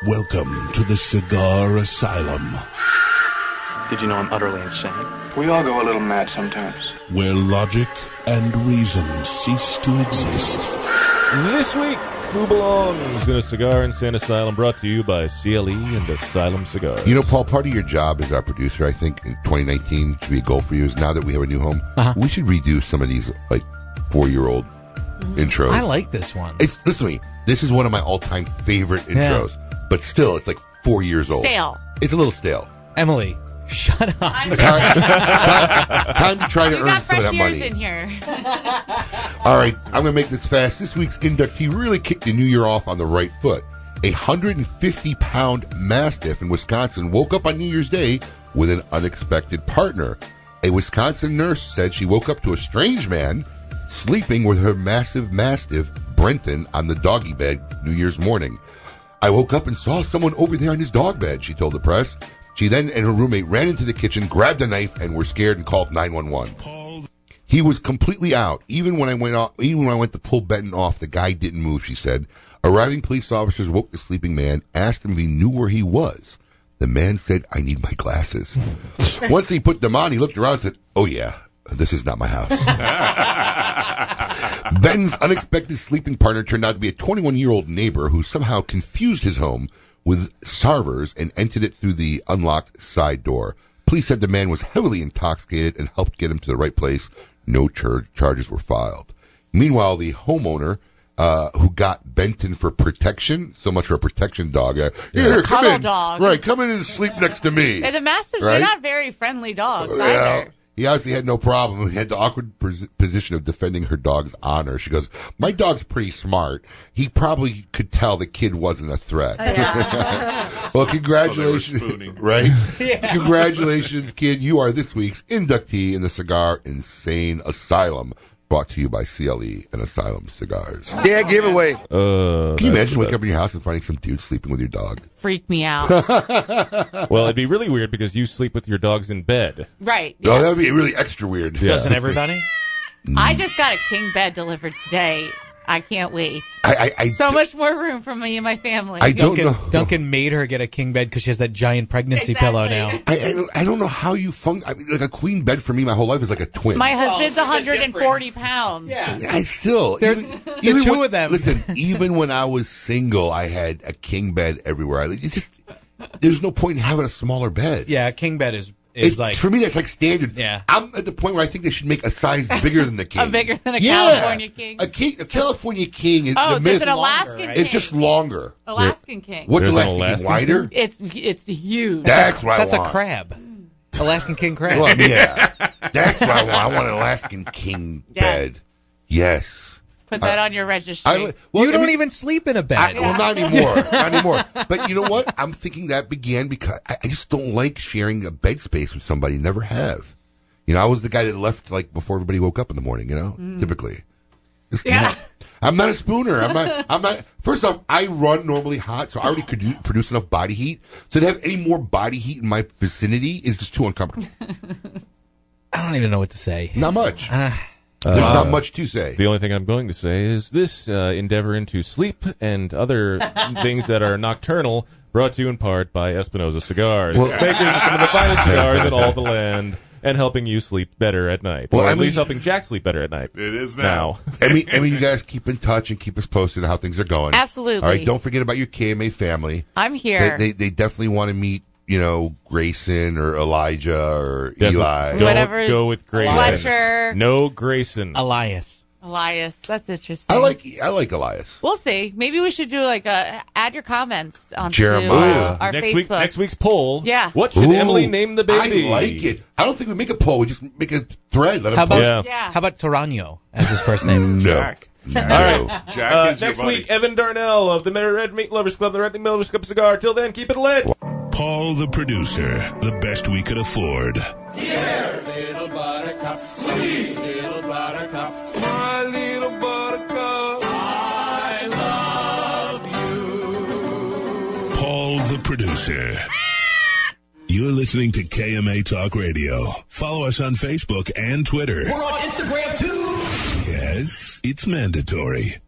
Welcome to the Cigar Asylum, Did you know I'm utterly insane? We all go a little mad sometimes. where logic and reason cease to exist. This week, who belongs in a cigar insane asylum? Brought to you by CLE and Asylum Cigars. You know, Paul, part of your job as our producer, I think, in 2019 should be a goal for you. Is now that we have a new home, Uh-huh. we should redo some of these like four-year-old intros. Mm-hmm. I like this one. It's listen to me. This is one of my all-time favorite intros, but still, it's like four years old. Stale. It's a little stale. Emily, shut up. Time to try to You earn got some fresh of that ears money. in here. All right, I'm going to make this fast. This week's inductee really kicked the new year off on the right foot. A 150 pound Mastiff in Wisconsin woke up on New Year's Day with an unexpected partner. A Wisconsin nurse said she woke up to a strange man sleeping with her massive Mastiff, Brenton, on the doggy bed New Year's morning. I woke up and saw someone over there on his dog bed, she told the press. She then and her roommate ran into the kitchen, grabbed a knife, and were scared and called 911. He was completely out. Even when I went off, even when I went to pull Benton off, the guy didn't move. She said. Arriving police officers woke the sleeping man, asked him if he knew where he was. The man said, "I need my glasses." Once he put them on, he looked around and said, "Oh yeah, this is not my house." Benton's unexpected sleeping partner turned out to be a 21 year old neighbor who somehow confused his home with Sarver's and entered it through the unlocked side door. Police said the man was heavily intoxicated and helped get him to the right place. No char- charges were filed. Meanwhile, the homeowner uh, who got Benton for protection. So much for a protection dog. Uh, He's here, a come cuddle in. dog. Right, come in and sleep next to me. They're the mastiffs. Right? They're not very friendly dogs Yeah. either. He obviously had no problem. He had the awkward pos- position of defending her dog's honor. She goes, "My dog's pretty smart. He probably could tell the kid wasn't a threat." well, congratulations, right? Yeah. Congratulations, kid. You are this week's inductee in the Cigar Insane Asylum, brought to you by CLE and Asylum Cigars. Yeah, giveaway. Uh, Can you that's- imagine waking up in your house and finding some dude sleeping with your dog? Freak me out. well, it'd be really weird because you sleep with your dogs in bed. right. Oh, yes. that'd be really extra weird. Yeah. Doesn't everybody? I just got a king bed delivered today. I can't wait. I, I, I so much more room for me and my family. Duncan, Duncan made her get a king bed because she has that giant pregnancy pillow now. I, I, don't- I don't know how you fun. I mean, like a queen bed for me, my whole life is like a twin. My husband's 140 pounds. I still even, even two when- of them. Listen, even when I was single, I had a king bed everywhere. I it's just there's no point in having a smaller bed. Yeah, a king bed is is It's, like for me, that's like standard. Yeah. I'm at the point where I think they should make a size bigger than the king. A bigger than a Yeah. California king. A king, a California king is Oh, the there's myth- an Alaskan It's king. just longer. Alaskan king. What's There's an Alaskan, king? Alaskan wider? It's it's huge. That's what I that's a want. crab, Alaskan king crab. Well, yeah, that's what I want. I want an Alaskan king Yes. bed. Yes. Put that I- on your registry. I, well, you I don't mean- even sleep in a bed. I, Well, not anymore. not anymore. But you know what? I'm thinking that began because I, I just don't like sharing a bed space with somebody. Never have. You know, I was the guy that left like before everybody woke up in the morning. You know, Mm. typically. Just Yeah. not- I'm not a spooner. I'm not. I'm not. First off, I run normally hot, so I already could do, produce enough body heat. So to have any more body heat in my vicinity is just too uncomfortable. I don't even know what to say. Ah. Not much. There's Uh, not much to say. The only thing I'm going to say is this uh, endeavor into sleep and other things that are nocturnal brought to you in part by Espinosa Cigars. Well- Makers of some of the finest cigars in all the land and helping you sleep better at night. Well, or I at mean- least helping Jack sleep better at night. It is now. I mean, I mean, you guys keep in touch and keep us posted on how things are going. Absolutely. All right. Don't forget about your KMA family. I'm here. They, they, they definitely want to meet, you know, Grayson or Elijah or Eli. Don't go with Grayson. Fletcher. No Grayson. Elias. Elias, that's interesting. I like I like Elias. We'll see. Maybe we should do like a add your comments on Jeremiah. our next Facebook. week, next week's poll. Yeah. What should Ooh, Emily name the baby? I like it. I don't think we make a poll. We just make a thread. Let him How about post. how about Tarano as his first name? No. All No. right. Uh, next week, Evan Darnell of the Red Meat Lovers Club, the Red Meat Lovers Club cigar. Till then, keep it lit. Paul the producer, the best we could afford. Here, little buttercup, sweet little buttercup, my little buttercup, I love Paul the producer. You're listening to KMA Talk Radio. Follow us on Facebook and Twitter. you. We're on Instagram too. Yes, it's mandatory.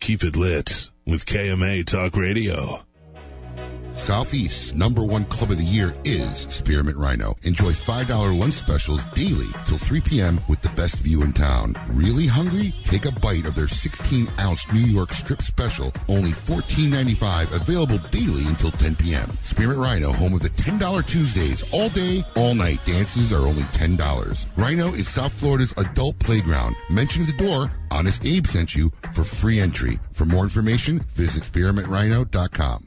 Keep it lit with KMA Talk Radio. Southeast's number one club of the year is Spearmint Rhino. Enjoy $5 lunch specials daily till 3 p.m. with the best view in town. Really hungry? Take a bite of their 16 ounce New York strip special, only $14.95, available daily until 10 p.m. Spearmint Rhino, home of the $10 Tuesdays, all day, all night. Dances are only $10. Rhino is South Florida's adult playground. Mention the door Honest Abe sent you for free entry. For more information, visit spearmintrhino.com.